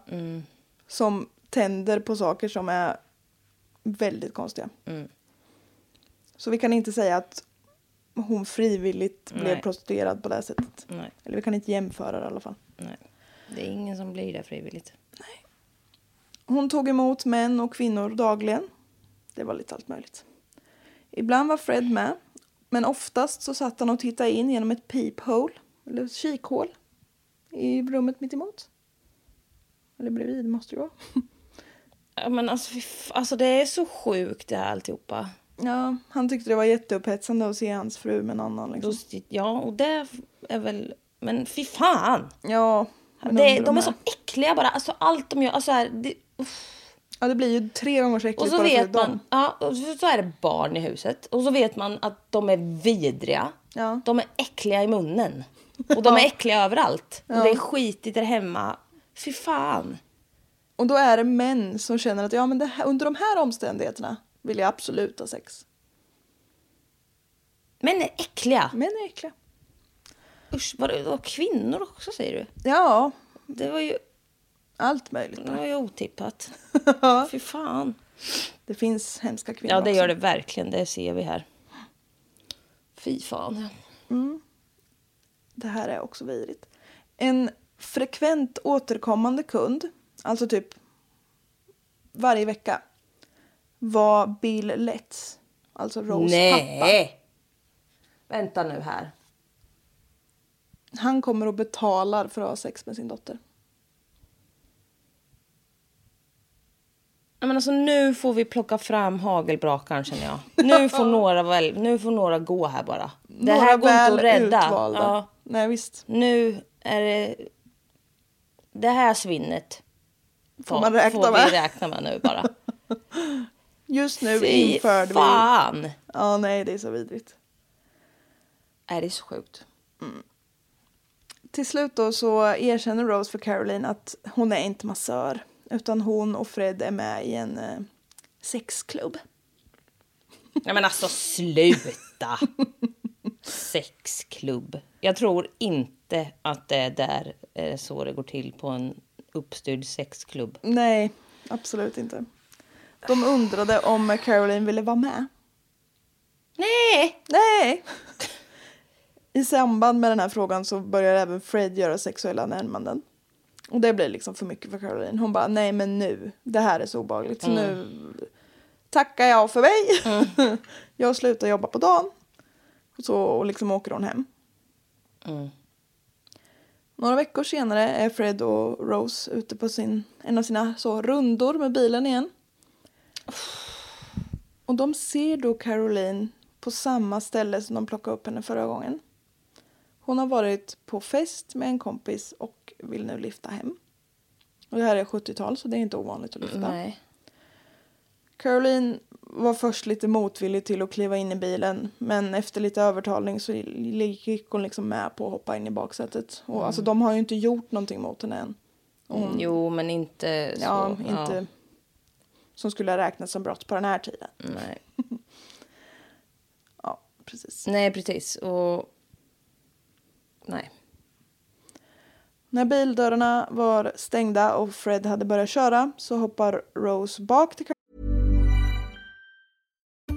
Speaker 2: som tänder på saker som är väldigt konstiga.
Speaker 3: Mm.
Speaker 2: Så vi kan inte säga att hon frivilligt blev
Speaker 3: Nej.
Speaker 2: prostituerad på det här sättet.
Speaker 3: Nej.
Speaker 2: Eller vi kan inte jämföra det i alla fall.
Speaker 3: Nej. Det är ingen som blir det frivilligt.
Speaker 2: Hon tog emot män och kvinnor dagligen. Det var lite allt möjligt. Ibland var Fred med, men oftast så satt han och tittade in genom ett peephole, eller ett kikhål, i rummet mitt emot. Eller bredvid, måste det vara.
Speaker 3: Ja, men alltså, fy f- alltså det är så sjukt det här alltihopa.
Speaker 2: Ja, han tyckte det var jätteupphetsande att se hans fru med en annan.
Speaker 3: Då,
Speaker 2: Liksom.
Speaker 3: ja, och det är väl... Men fy fan!
Speaker 2: Ja, men
Speaker 3: Det,
Speaker 2: undrar
Speaker 3: de är
Speaker 2: med.
Speaker 3: så äckliga bara. Alltså allt de gör. Alltså här, det,
Speaker 2: Ja, det blir ju tre gånger så
Speaker 3: och
Speaker 2: äckligt
Speaker 3: så
Speaker 2: bara för
Speaker 3: vet
Speaker 2: dem.
Speaker 3: man... Ja, och så så är det barn i huset. Och så vet man att de är vidriga.
Speaker 2: Ja.
Speaker 3: De är äckliga i munnen. Och de är äckliga överallt. Och det är skitigt där hemma. Fy fan!
Speaker 2: Och då är det män som känner att ja, men det här, under de här omständigheterna vill jag absolut ha sex.
Speaker 3: Män är äckliga.
Speaker 2: Män är äckliga.
Speaker 3: Usch, var det, det var kvinnor också säger du?
Speaker 2: Ja,
Speaker 3: Det var ju,
Speaker 2: allt möjligt.
Speaker 3: det var ju otippat. Fy fan.
Speaker 2: Det finns hemska kvinnor
Speaker 3: Ja, det
Speaker 2: också.
Speaker 3: gör det verkligen. Det ser vi här. Fy fan.
Speaker 2: Det här är också vidrigt. En frekvent återkommande kund, alltså typ varje vecka, var Bill Letts, alltså Rose pappa.
Speaker 3: Nej! Vänta nu här.
Speaker 2: Han kommer och betalar för att ha sex med sin dotter.
Speaker 3: Ja, Men alltså, nu får vi plocka fram hagelbrakaren känner jag. Nu får några, väl, nu får några gå här bara. Det här går inte
Speaker 2: väl
Speaker 3: att rädda.
Speaker 2: Utvalda.
Speaker 3: Ja,
Speaker 2: Nej, visst.
Speaker 3: nu är det... Det här svinnet
Speaker 2: Får
Speaker 3: Ja,
Speaker 2: man räkna
Speaker 3: får
Speaker 2: med.
Speaker 3: vi räkna med nu bara.
Speaker 2: Just nu
Speaker 3: Fy
Speaker 2: införde vi...
Speaker 3: fan!
Speaker 2: Ja, nej, det är så vidrigt.
Speaker 3: Är det är så sjukt?
Speaker 2: Till slut då så erkänner Rose för Caroline att hon är inte massör. Utan hon och Fred är med i en eh, sexklubb.
Speaker 3: Nej men alltså sluta! Sexklubb. Jag tror inte att det är där eh, så det går till på en uppstyrd sexklubb.
Speaker 2: Nej, absolut inte. De undrade om Caroline ville vara med.
Speaker 3: Nej!
Speaker 2: Nej! I samband med den här frågan så börjar även Fred göra sexuella närmanden. Och det blir liksom för mycket för Caroline. Hon bara, nej men nu, det här är så obehagligt. Så nu
Speaker 3: Mm.
Speaker 2: tackar jag för mig. jag slutar jobba på dagen. Och så och liksom åker hon hem. Några veckor senare är Fred och Rose ute på sin, en av sina så, rundor med bilen igen. Och de ser då Caroline på samma ställe som de plockade upp henne förra gången. Hon har varit på fest med en kompis och vill nu lyfta hem. Och det här är 70-tal så det är inte ovanligt att lyfta.
Speaker 3: Nej.
Speaker 2: Caroline var först lite motvillig till att kliva in i bilen men efter lite övertalning så gick hon liksom med på att hoppa in i baksätet. Och
Speaker 3: Mm.
Speaker 2: alltså de har ju inte gjort någonting mot henne än.
Speaker 3: Jo men inte så.
Speaker 2: Mm. Ja, inte som skulle ha räknats som brott på den här tiden.
Speaker 3: Ja, nej.
Speaker 2: Ja, precis.
Speaker 3: nej precis. Och... Nej.
Speaker 2: När bildörrarna var stängda och Fred hade börjat köra så hoppar Rose bak till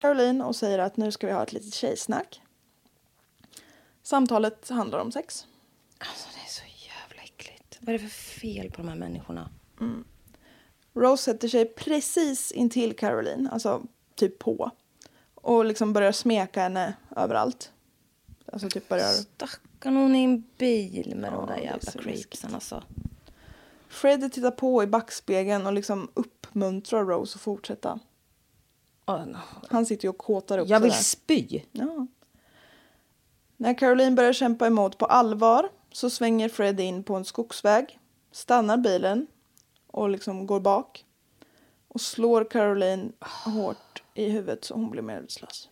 Speaker 2: Caroline och säger att nu ska vi ha ett litet tjejsnack. Samtalet handlar om sex.
Speaker 3: Alltså det är så jävla äckligt. Vad är det för fel på de här människorna?
Speaker 2: Mm. Rose sätter sig precis intill Caroline, alltså typ på. Och liksom börjar smeka henne överallt. Alltså typ börjar...
Speaker 3: Stackarn hon är i en bil med de
Speaker 2: Ja,
Speaker 3: där
Speaker 2: det är
Speaker 3: jävla
Speaker 2: så
Speaker 3: creepsen alltså.
Speaker 2: Freddy tittar på i backspegeln och liksom uppmuntrar Rose att fortsätta.
Speaker 3: Oh, no.
Speaker 2: Han sitter ju och kåtar upp
Speaker 3: Jag vill
Speaker 2: sådär.
Speaker 3: spy.
Speaker 2: Ja. När Caroline börjar kämpa emot på allvar så svänger Fred in på en skogsväg, stannar bilen och liksom går bak och slår Caroline hårt i huvudet så hon blir medvetslös.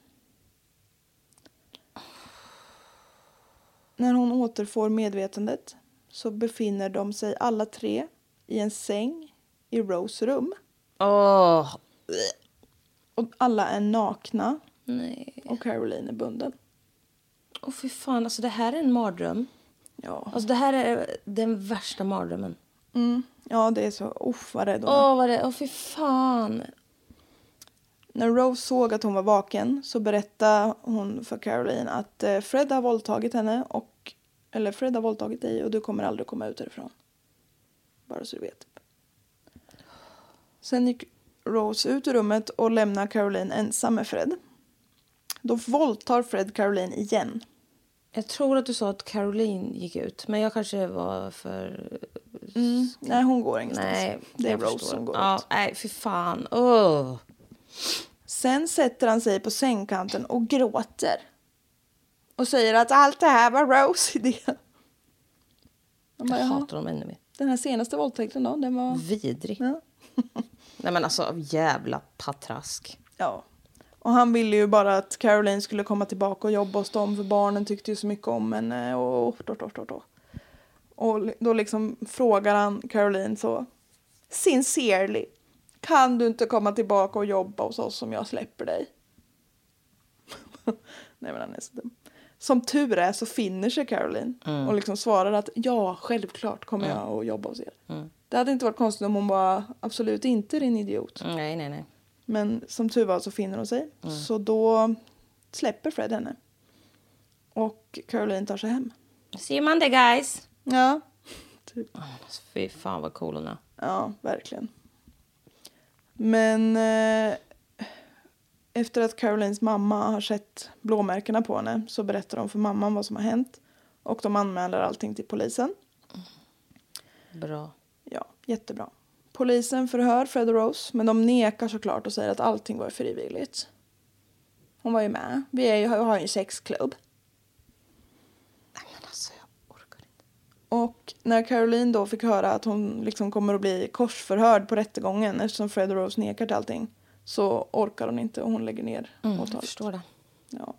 Speaker 2: När hon återfår medvetandet så befinner de sig alla tre i en säng i Rose rum.
Speaker 3: Åh,
Speaker 2: Och alla är nakna
Speaker 3: nej.
Speaker 2: och Caroline är bunden.
Speaker 3: Åh fy fan, alltså det här är en mardröm.
Speaker 2: Ja.
Speaker 3: Alltså det här är den värsta mardrömmen.
Speaker 2: Mm. Ja, det är så. Uff, vad rädd hon är.
Speaker 3: Åh, vad det... Åh, fy fan.
Speaker 2: När Rose såg att hon var vaken så berättade hon för Caroline att eh, Fred har våldtagit henne och eller Fred har våldtagit dig och du kommer aldrig komma ut härifrån. Bara så du vet. typ. Sen gick Rose ut ur rummet och lämnade Caroline ensam med Fred. Då våldtar Fred Caroline igen.
Speaker 3: Mm. Jag tror att du sa att Caroline gick ut, men jag kanske var för...
Speaker 2: Nej, hon går ingenstans.
Speaker 3: Nej,
Speaker 2: det är
Speaker 3: jag
Speaker 2: Rose
Speaker 3: förstår.
Speaker 2: som går
Speaker 3: ja,
Speaker 2: ut.
Speaker 3: Nej, fy fan. Åh.
Speaker 2: Sen sätter han sig på sängkanten och gråter. Och säger att allt det här var Rose idé. Man bara,
Speaker 3: Jag
Speaker 2: "Jaha,
Speaker 3: hatar dem ännu mer.
Speaker 2: den här senaste våldtäkten då, den var...
Speaker 3: Vidrig.
Speaker 2: Ja.
Speaker 3: Nej, men alltså jävla patrask.
Speaker 2: ja. Och han ville ju bara att Caroline skulle komma tillbaka och jobba hos dem för barnen tyckte ju så mycket om henne och och- och- och- och- och. Och li- då liksom frågar han Caroline så sincerely. Kan du inte komma tillbaka och jobba hos oss om jag släpper dig? Nej men han är så dum. Som tur är så finner sig Caroline och liksom svarar att ja, självklart kommer jag att jobba hos er. Det hade inte varit konstigt om hon bara absolut inte din idiot.
Speaker 3: Nej, nej, nej.
Speaker 2: Men som tur var så finner hon sig. Så då släpper Fred henne. Och Caroline tar sig hem.
Speaker 3: See you Monday, guys.
Speaker 2: Ja. Typ.
Speaker 3: Alltså, fy fan vad cool hon är.
Speaker 2: Ja, verkligen. Men eh, efter att Carolines mamma har sett blåmärkena på henne så berättar de för mamman vad som har hänt. Och de anmäler allting till polisen.
Speaker 3: Bra.
Speaker 2: Ja, jättebra. Polisen förhör Fred och Rose, men de nekar såklart och säger att allting var frivilligt. Hon var ju med. Vi är ju, har ju en sexklubb.
Speaker 3: Nej, men alltså jag orkar inte.
Speaker 2: Och när Caroline då fick höra att hon liksom kommer att bli korsförhörd på rättegången eftersom Fred och Rose nekar till allting så orkar hon inte och hon lägger ner
Speaker 3: Mm, jag
Speaker 2: åtalet.
Speaker 3: förstår det.
Speaker 2: Ja.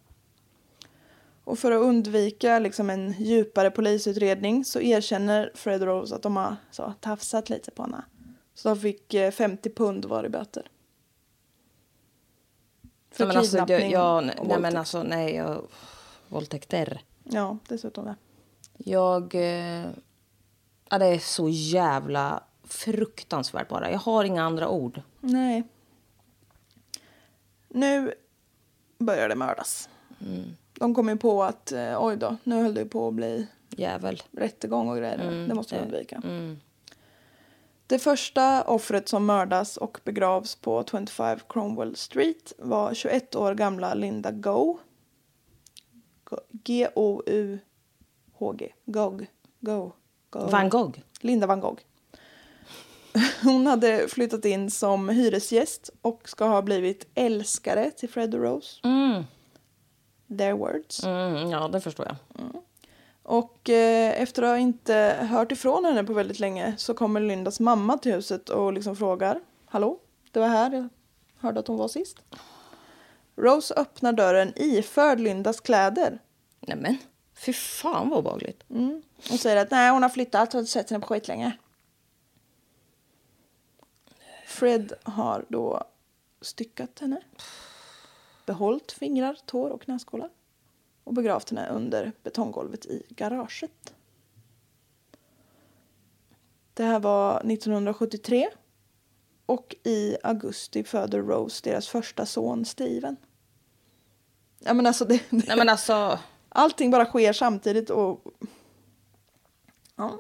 Speaker 2: Och för att undvika liksom en djupare polisutredning så erkänner Fred och Rose att de har så, tafsat lite på henne. Så de fick eh, 50 pund var i böter. För
Speaker 3: Nej, men alltså, jag,
Speaker 2: kidnappning
Speaker 3: jag,
Speaker 2: och
Speaker 3: nej, men
Speaker 2: våldtäkt.
Speaker 3: alltså, nej, jag... Våldtäkter.
Speaker 2: Ja, dessutom det.
Speaker 3: Jag... Eh, ja, det är så jävla fruktansvärt bara. Jag har inga andra ord.
Speaker 2: Nej. Nu börjar det mördas.
Speaker 3: Mm.
Speaker 2: De kom ju på att eh, oj då, nu höll det ju på att bli
Speaker 3: Jävel.
Speaker 2: rättegång och grejer. det måste man undvika.
Speaker 3: Mm.
Speaker 2: Det första offret som mördas och begravs på 25 Cromwell Street var 21 år gamla Linda Go. G-O-U-H-G. Gog. Go. Go.
Speaker 3: Van Gogh.
Speaker 2: Linda van Gogh. Hon hade flyttat in som hyresgäst och ska ha blivit älskare till Fred och Rose.
Speaker 3: Mm.
Speaker 2: Their words.
Speaker 3: Mm, ja, det förstår jag.
Speaker 2: Och eh, efter att ha inte hört ifrån henne på väldigt länge så kommer Lindas mamma till huset och liksom frågar. Hallå, det var här jag hörde att hon var sist. Rose öppnar dörren iförd Lindas kläder
Speaker 3: Nej, men. Fy fan vad obehagligt.
Speaker 2: och säger att nej, Mm. hon har flyttat och inte sett henne på skitlänge. Fred har då styckat henne, behållit fingrar, tår och knäskålar och begravt henne under betonggolvet i garaget. Det här var 1973 och i augusti föder Rose deras första son Steven. Ja, men alltså, det, det,
Speaker 4: Nej men alltså.
Speaker 2: Allting bara sker samtidigt och... Ja.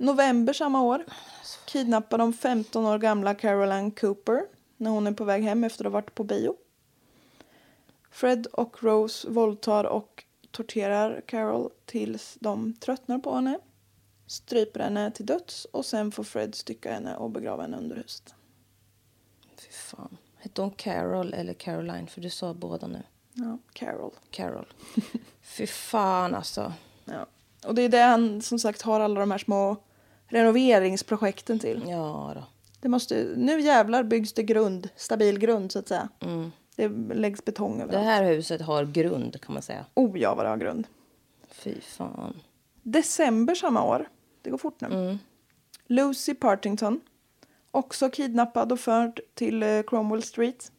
Speaker 2: November samma år kidnappar de 15 år gamla Caroline Cooper när hon är på väg hem efter att ha varit på bio. Fred och Rose våldtar och torterar Carol tills de tröttnar på henne, stryper henne till döds och sen får Fred stycka henne och begrava henne under huset.
Speaker 3: Fy fan. Hette hon Carol eller Caroline? För du sa båda nu.
Speaker 2: Ja, Carol.
Speaker 3: Carol. Fy fan alltså.
Speaker 2: Ja. Och det är det han som sagt har alla de här små renoveringsprojekten till.
Speaker 3: Ja då.
Speaker 2: Det måste, nu jävlar byggs det grund, stabil grund så att säga.
Speaker 3: Mm.
Speaker 2: Det läggs betong överallt.
Speaker 3: Det här huset har grund kan man säga.
Speaker 2: Oh ja, vad det har grund.
Speaker 3: Fy fan.
Speaker 2: December samma år, det går fort nu,
Speaker 3: Mm.
Speaker 2: Lucy Partington, också kidnappad och förd till eh, Cromwell Street.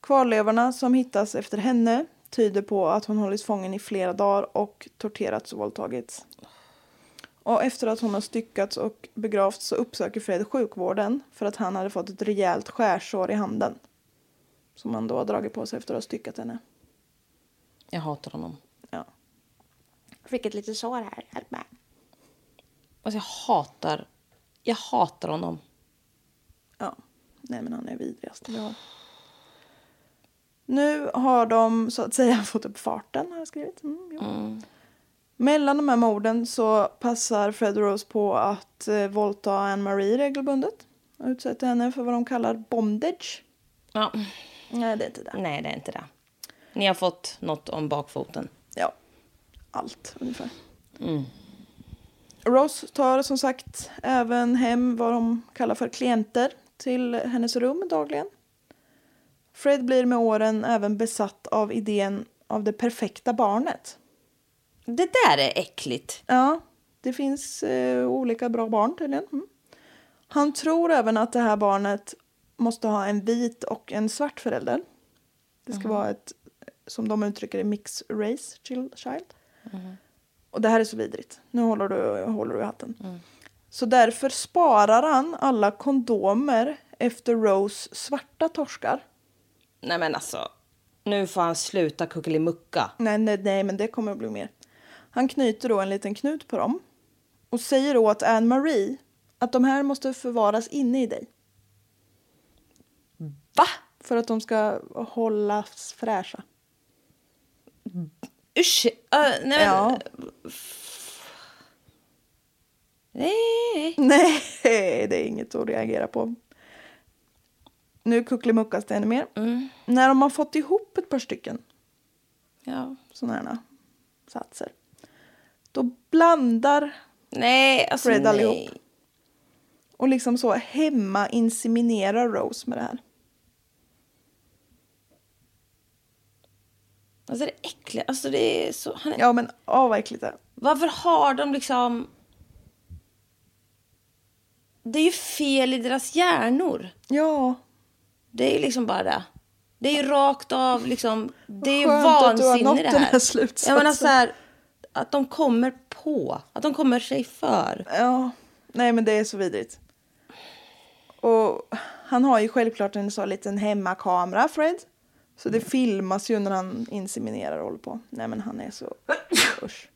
Speaker 2: Kvarlevorna som hittas efter henne tyder på att hon hållits fången i flera dagar och torterats och våldtagits. Och efter att hon har styckats och begravts så uppsöker Fred sjukvården för att han hade fått ett rejält skärsår i handen. Som han då har dragit på sig efter att ha styckat henne.
Speaker 3: Jag hatar honom.
Speaker 2: Ja.
Speaker 4: Fick ett litet sår här. Hjälp mig.
Speaker 3: Alltså jag hatar. Jag hatar honom.
Speaker 2: Ja. Nej, men han är vidrigast vi har. Nu har de så att säga fått upp farten, har jag skrivit. Mm, ja. Mellan de här morden så passar Fred och Rose på att eh, våldta Anne-Marie regelbundet och utsätter henne för vad de kallar bondage.
Speaker 3: Ja.
Speaker 2: Nej, det är inte det.
Speaker 3: Nej, det är inte det. Ni har fått något om bakfoten.
Speaker 2: Ja, allt ungefär. Rose tar som sagt även hem vad de kallar för klienter till hennes rum dagligen. Fred blir med åren även besatt av idén av det perfekta barnet.
Speaker 3: Det där är äckligt.
Speaker 2: Ja, det finns eh, olika bra barn tydligen. Mm. Han tror även att det här barnet måste ha en vit och en svart förälder. Det ska vara ett, som de uttrycker det, mix race chil- child. Och det här är så vidrigt. Nu håller du, håller du i hatten. Så därför sparar han alla kondomer efter Rose svarta torskar.
Speaker 3: Nej men alltså. Nu får han sluta kuckelimucka.
Speaker 2: Nej, nej, nej, men det kommer att bli mer. Han knyter då en liten knut på dem och säger åt Anne-Marie att de här måste förvaras inne i dig. Va? För att de ska hållas fräscha.
Speaker 3: Usch! Äh, nej men.
Speaker 2: Ja.
Speaker 3: Nej.
Speaker 2: Nej, det är inget att reagera på. Nu kuckelimuckas det ännu mer. När de har fått ihop ett par stycken
Speaker 3: Ja.
Speaker 2: sådana här satser då blandar
Speaker 3: Nej, alltså
Speaker 2: Fred
Speaker 3: nej.
Speaker 2: allihop. och liksom så hemma inseminerar Rose med det här.
Speaker 3: Alltså det är äckligt. Alltså det är så... Han är...
Speaker 2: Ja, men åh vad äckligt det är.
Speaker 3: Varför har de liksom... Det är ju fel i deras hjärnor.
Speaker 2: Ja.
Speaker 3: Det är ju liksom bara det. Det är ju rakt av liksom... Det är ju
Speaker 2: Skönt att du har
Speaker 3: vansinne
Speaker 2: nått
Speaker 3: det här.
Speaker 2: den här slutsatsen.
Speaker 3: Ja, men alltså så här, att de kommer på. Att de kommer sig för.
Speaker 2: Ja, nej men det är så vidrigt. Och han har ju självklart en sån liten hemmakamera, Fred. Så det filmas ju när han inseminerar och håller på. Nej men han är så... Usch.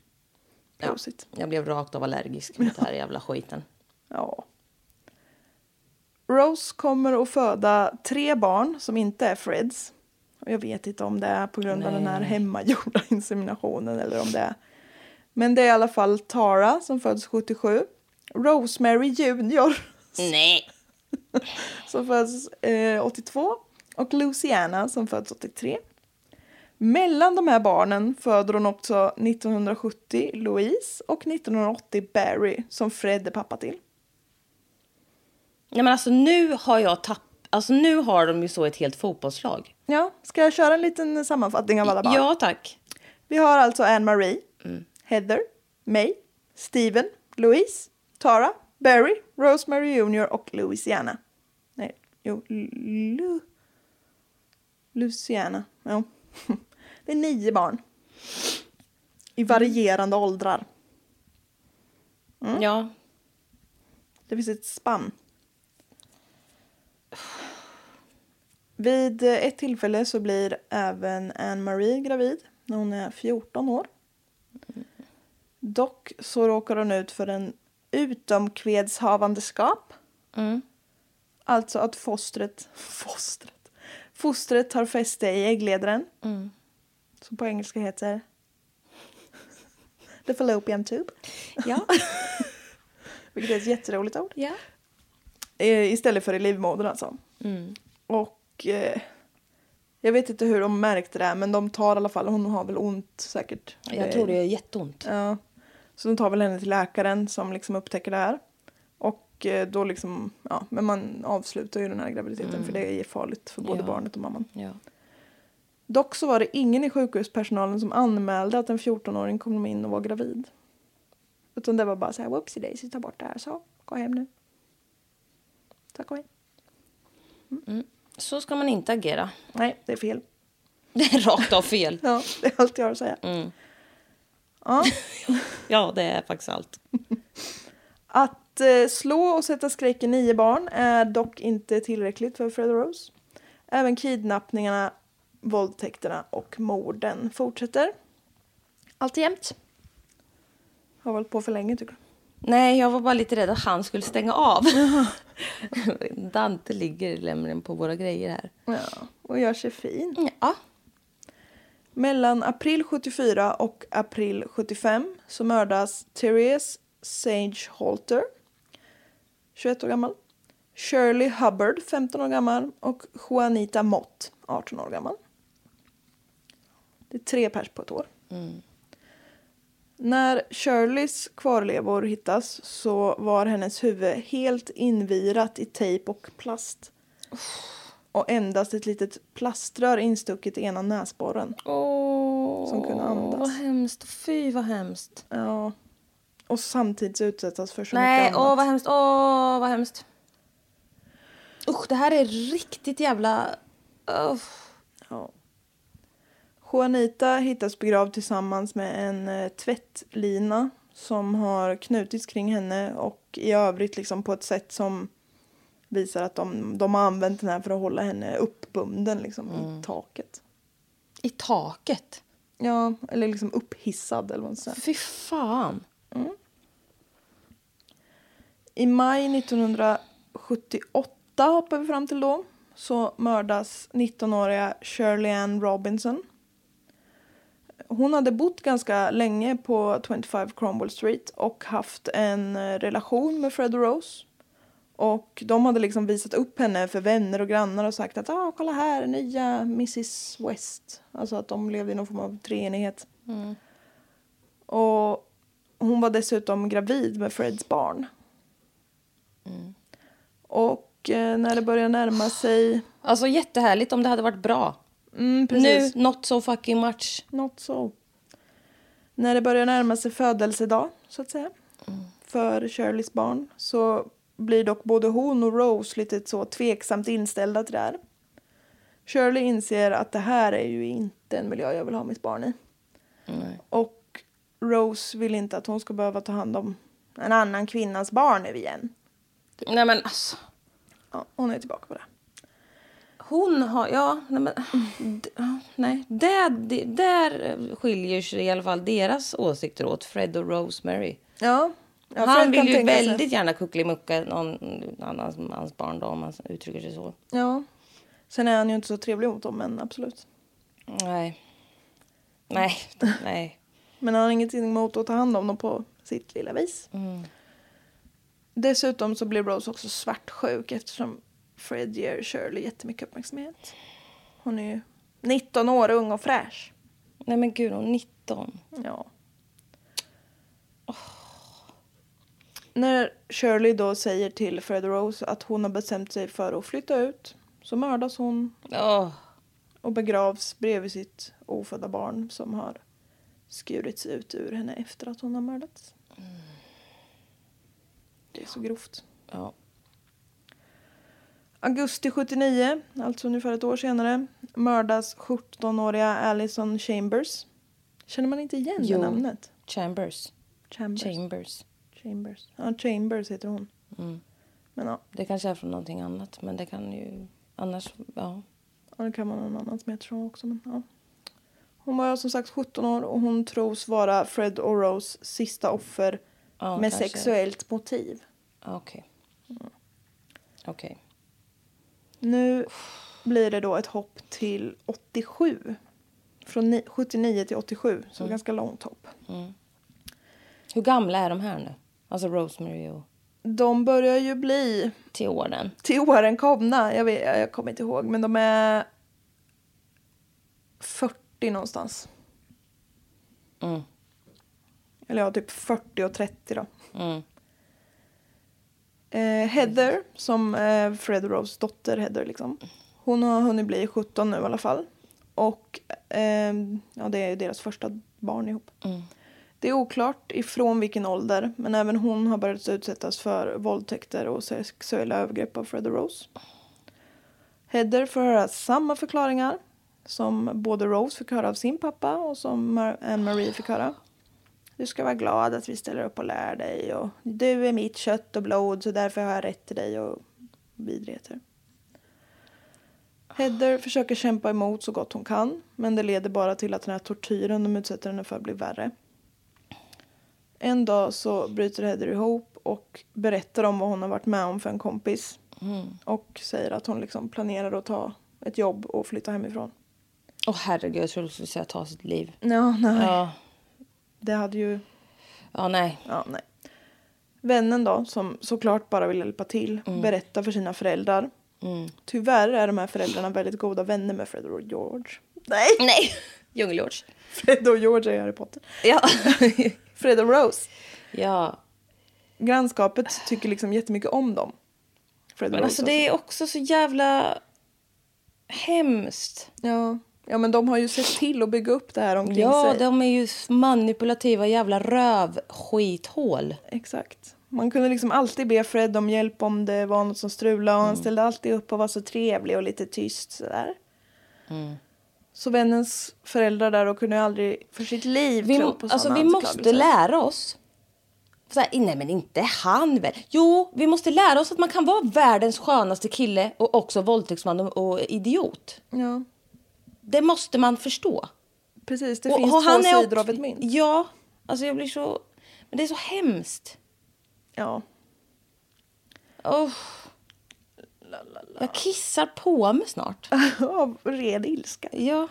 Speaker 2: Prosit.
Speaker 3: Jag blev rakt av allergisk mot den här jävla skiten.
Speaker 2: Ja. Rose kommer att föda tre barn som inte är Freds. Och jag vet inte om det är på grund av den här hemmagjorda inseminationen eller om det är. Men det är i alla fall Tara som föds 77. Rosemary Junior
Speaker 3: Nej!
Speaker 2: som föds eh, 82 och Luciana som föds 83. Mellan de här barnen föder hon också 1970 Louise och 1980 Barry som Fred är pappa till.
Speaker 3: Nej men alltså nu har jag tappat... Alltså nu har de ju så ett helt fotbollslag.
Speaker 2: Ja, ska jag köra en liten sammanfattning av alla barn?
Speaker 3: Ja tack.
Speaker 2: Vi har alltså Anne-Marie, Heather, May, Steven, Louise, Tara, Barry, Rosemary Jr och Louisiana. Nej, jo, Lu... Luciana. Ja. Det är nio barn. I varierande åldrar. Mm.
Speaker 3: Ja.
Speaker 2: Det finns ett spann. Vid ett tillfälle så blir även Anne-Marie gravid när hon är 14 år. Dock så råkar hon ut för en utomkvedshavandeskap.
Speaker 3: Mm.
Speaker 2: Alltså att fostret, fostret, fostret tar fäste i äggledaren.
Speaker 3: Mm.
Speaker 2: Som på engelska heter the fallopian tube.
Speaker 4: Ja.
Speaker 2: Vilket är ett jätteroligt ord.
Speaker 4: Ja.
Speaker 2: Eh, Istället för i livmodern alltså.
Speaker 3: Mm.
Speaker 2: Och eh, jag vet inte hur de märkte det här men de tar i alla fall, hon har väl ont säkert.
Speaker 3: Jag tror det är jätteont.
Speaker 2: Ja. Så de tar väl henne till läkaren som liksom upptäcker det här. Och eh, då liksom, ja, men man avslutar ju den här graviditeten för det är farligt för både
Speaker 3: Mm. Ja.
Speaker 2: barnet och mamman.
Speaker 3: Ja.
Speaker 2: Dock så var det ingen i sjukhuspersonalen som anmälde att en 14-åring kom in och var gravid. Utan det var bara så här, whoopsie daisy, ta bort det här, så, gå hem nu. Tack och hej.
Speaker 3: Så ska man inte agera.
Speaker 2: Nej, det är fel.
Speaker 3: Det är rakt av fel.
Speaker 2: Ja, det är allt jag har att säga.
Speaker 3: Mm.
Speaker 2: Ja.
Speaker 3: Ja, det är faktiskt allt.
Speaker 2: Att eh, slå och sätta skräck i nio barn är dock inte tillräckligt för Fred och Rose. Även kidnappningarna, våldtäkterna och morden fortsätter. Alltjämt. Har hållit på för länge tycker du?
Speaker 3: Nej, jag var bara lite rädd att han skulle stänga av. Dante ligger nämligen på våra grejer här.
Speaker 2: Ja, och gör sig fin.
Speaker 3: Ja.
Speaker 2: Mellan april 74 och april 75 så mördas Therese Sage Halter, 21 år gammal, Shirley Hubbard, 15 år gammal och Juanita Mott, 18 år gammal. Det är tre pers på ett år. När Shirleys kvarlevor hittas så var hennes huvud helt invirat i tejp och plast. Och endast ett litet plaströr instucket i ena näsborren.
Speaker 3: Åh,
Speaker 2: Som kunde andas.
Speaker 3: Vad hemskt. Fy, vad hemskt.
Speaker 2: Ja. Och samtidigt utsättas för så
Speaker 3: Nej,
Speaker 2: mycket annat.
Speaker 3: åh, vad hemskt. Åh, vad hemskt. Usch, det här är riktigt jävla... Uff.
Speaker 2: Ja. Juanita hittas begravd tillsammans med en eh, tvättlina som har knutits kring henne och i övrigt liksom på ett sätt som visar att de, de har använt den här för att hålla henne uppbunden liksom
Speaker 3: Mm.
Speaker 2: i taket.
Speaker 3: I taket.
Speaker 2: Ja, eller liksom upphissad eller vad man säger.
Speaker 3: Fy fan.
Speaker 2: I maj 1978 hoppar vi fram till då. Så mördas 19-åriga Shirley Ann Robinson. Hon hade bott ganska länge på 25 Cromwell Street och haft en eh, relation med Fred och Rose. Och de hade liksom visat upp henne för vänner och grannar och sagt att ah, kolla här, nya Mrs West. Alltså att de levde i någon form av treenighet. Och hon var dessutom gravid med Freds barn. Och eh, när det börjar närma sig...
Speaker 3: Alltså, jättehärligt om det hade varit bra.
Speaker 2: Mm, precis.
Speaker 3: Nu, not so fucking much.
Speaker 2: Not so. När det börjar närma sig födelsedag, så att säga,
Speaker 3: Mm.
Speaker 2: för Shirleys barn så blir dock både hon och Rose lite så tveksamt inställda till det här. Shirley inser att det här är ju inte en miljö jag vill ha mitt barn i. Och Rose vill inte att hon ska behöva ta hand om en annan kvinnas barn nu igen.
Speaker 3: Nej, men alltså.
Speaker 2: Ja, hon är tillbaka på det.
Speaker 3: Hon har... Ja, nej, men... d- ja, Nej. Där, det- där skiljer sig i alla fall deras åsikter åt, Fred och Rosemary.
Speaker 2: Ja. ja Fred
Speaker 3: Han
Speaker 2: kan
Speaker 3: vill ju
Speaker 2: tänka sig-
Speaker 3: väldigt gärna kuckelimucka någon annans mans barn då, om man uttrycker sig så.
Speaker 2: Ja. Sen är han ju inte så trevlig mot dem, men absolut.
Speaker 3: Nej. Nej. Nej.
Speaker 2: Men han har ingenting emot att ta hand om dem på sitt lilla vis. Dessutom så blir Rose också svartsjuk eftersom Fred ger Shirley jättemycket uppmärksamhet. Hon är ju 19 år, ung och fräsch.
Speaker 3: Nej, men gud, hon är 19.
Speaker 2: Ja. När Shirley då säger till Fred och Rose att hon har bestämt sig för att flytta ut så mördas hon
Speaker 3: Åh.
Speaker 2: och begravs bredvid sitt ofödda barn som har skurits ut ur henne efter att hon har mördats. Det är så grovt.
Speaker 3: Ja.
Speaker 2: Augusti 79, alltså ungefär ett år senare, mördas 17-åriga Allison Chambers. Känner man inte igen
Speaker 3: Jo.
Speaker 2: det namnet?
Speaker 3: Chambers.
Speaker 2: Chambers. Mm.
Speaker 3: Chambers.
Speaker 2: Chambers. Ja, Chambers heter hon. Men ja,
Speaker 3: Det kanske är från någonting annat, men det kan ju... Annars, ja.
Speaker 2: Ja, det kan vara någon annan som heter så också. Men, ja. Hon var som sagt 17 år och hon tros vara Fred och Rose sista offer
Speaker 3: Ja,
Speaker 2: med
Speaker 3: kanske.
Speaker 2: sexuellt motiv.
Speaker 3: Okej. Mm. Okej.
Speaker 2: Nu blir det då ett hopp till 87. Från ni- 79 till 87, så
Speaker 3: Mm.
Speaker 2: ganska långt hopp.
Speaker 3: Mm. Hur gamla är de här nu? Alltså Rosemary och...
Speaker 2: De börjar ju bli
Speaker 3: Till åren.
Speaker 2: till åren komna. Jag, vet, jag kommer inte ihåg, men de är 40 någonstans.
Speaker 3: Mm.
Speaker 2: Eller ja, typ 40 och 30 då.
Speaker 3: Mm.
Speaker 2: Eh, Heather, som eh, Fred och Rose dotter Heather liksom. Hon har hunnit bli 17 nu i alla fall. Och ehm, ja, det är ju deras första barn ihop.
Speaker 3: Mm.
Speaker 2: Det är oklart ifrån vilken ålder, men även hon har börjat utsättas för våldtäkter och sexuella övergrepp av Fred och Rose. Heather får höra samma förklaringar som både Rose fick höra av sin pappa och som Mar- Anne-Marie fick höra. Du ska vara glad att vi ställer upp och lär dig och du är mitt kött och blod så därför har jag rätt till dig och vidrigheter. Heather försöker kämpa emot så gott hon kan men det leder bara till att den här tortyren de utsätter henne för blir värre. En dag så bryter Heather ihop och berättar om vad hon har varit med om för en kompis.
Speaker 3: Mm.
Speaker 2: Och säger att hon liksom planerar att ta ett jobb och flytta hemifrån.
Speaker 3: Åh herregud, jag trodde du skulle säga ta sitt liv.
Speaker 2: Ja, nej.
Speaker 3: Ja,
Speaker 2: Det hade ju...
Speaker 3: ja nej.
Speaker 2: Ja, nej. Vännen då, som såklart bara vill hjälpa till, berättar för sina föräldrar.
Speaker 3: Mm.
Speaker 2: Tyvärr är de här föräldrarna väldigt goda vänner med Fred och George. Nej!
Speaker 3: Nej! Djungelhjorts.
Speaker 2: Fred och George är Harry Potter.
Speaker 3: Ja.
Speaker 2: Fred och Rose.
Speaker 3: ja.
Speaker 2: Grannskapet tycker liksom jättemycket om dem. Fred och
Speaker 3: Men
Speaker 2: Rose
Speaker 3: alltså det är också så jävla hemskt.
Speaker 2: Ja. ja, men de har ju sett till att bygga upp det här omkring
Speaker 3: Ja,
Speaker 2: sig.
Speaker 3: de är ju manipulativa jävla rövskithål.
Speaker 2: Exakt. Man kunde liksom alltid be Fred om hjälp om det var något som strulade och han ställde alltid upp och var så trevlig och lite tyst sådär.
Speaker 3: Mm.
Speaker 2: Så vännens föräldrar där och kunde ju aldrig för sitt liv
Speaker 3: Vi,
Speaker 2: klä upp på
Speaker 3: alltså,
Speaker 2: såna
Speaker 3: vi måste
Speaker 2: anklagelser.
Speaker 3: lära oss. Så här, nej, men inte han väl? Jo, vi måste lära oss att man kan vara världens skönaste kille och också våldtäktsman och, och idiot.
Speaker 2: Ja,
Speaker 3: Det måste man förstå.
Speaker 2: precis. Det
Speaker 3: och,
Speaker 2: finns
Speaker 3: och
Speaker 2: två
Speaker 3: är
Speaker 2: sidor
Speaker 3: också-
Speaker 2: av ett mynt.
Speaker 3: Ja, alltså jag blir så... Men det är så hemskt.
Speaker 2: Ja.
Speaker 3: Oh. Jag kissar på mig snart.
Speaker 2: Av red ilska.
Speaker 3: Ja.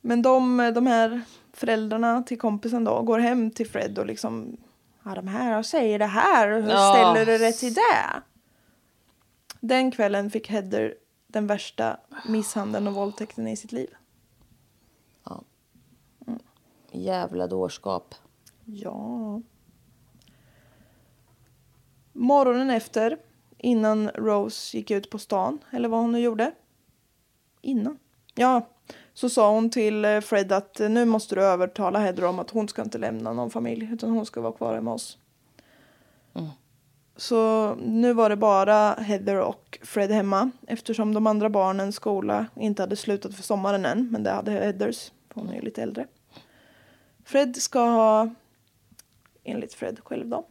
Speaker 2: Men de, de här föräldrarna till kompisen då går hem till Fred och liksom Ja, de här säger det här och hur
Speaker 3: Ja.
Speaker 2: ställer du dig till det? Den kvällen fick Heather den värsta misshandeln och våldtäkten i sitt liv.
Speaker 3: Jävla dårskap.
Speaker 2: Ja. Morgonen efter, innan Rose gick ut på stan, eller vad hon nu gjorde. Innan? Ja. Så sa hon till eh, Fred att eh, nu måste du övertala Heather om att hon ska inte lämna någon familj utan hon ska vara kvar hemma hos.
Speaker 3: Mm.
Speaker 2: Så nu var det bara Heather och Fred hemma eftersom de andra barnens skola inte hade slutat för sommaren än men det hade Heathers, för hon är ju lite äldre. Fred ska ha, enligt Fred själv då,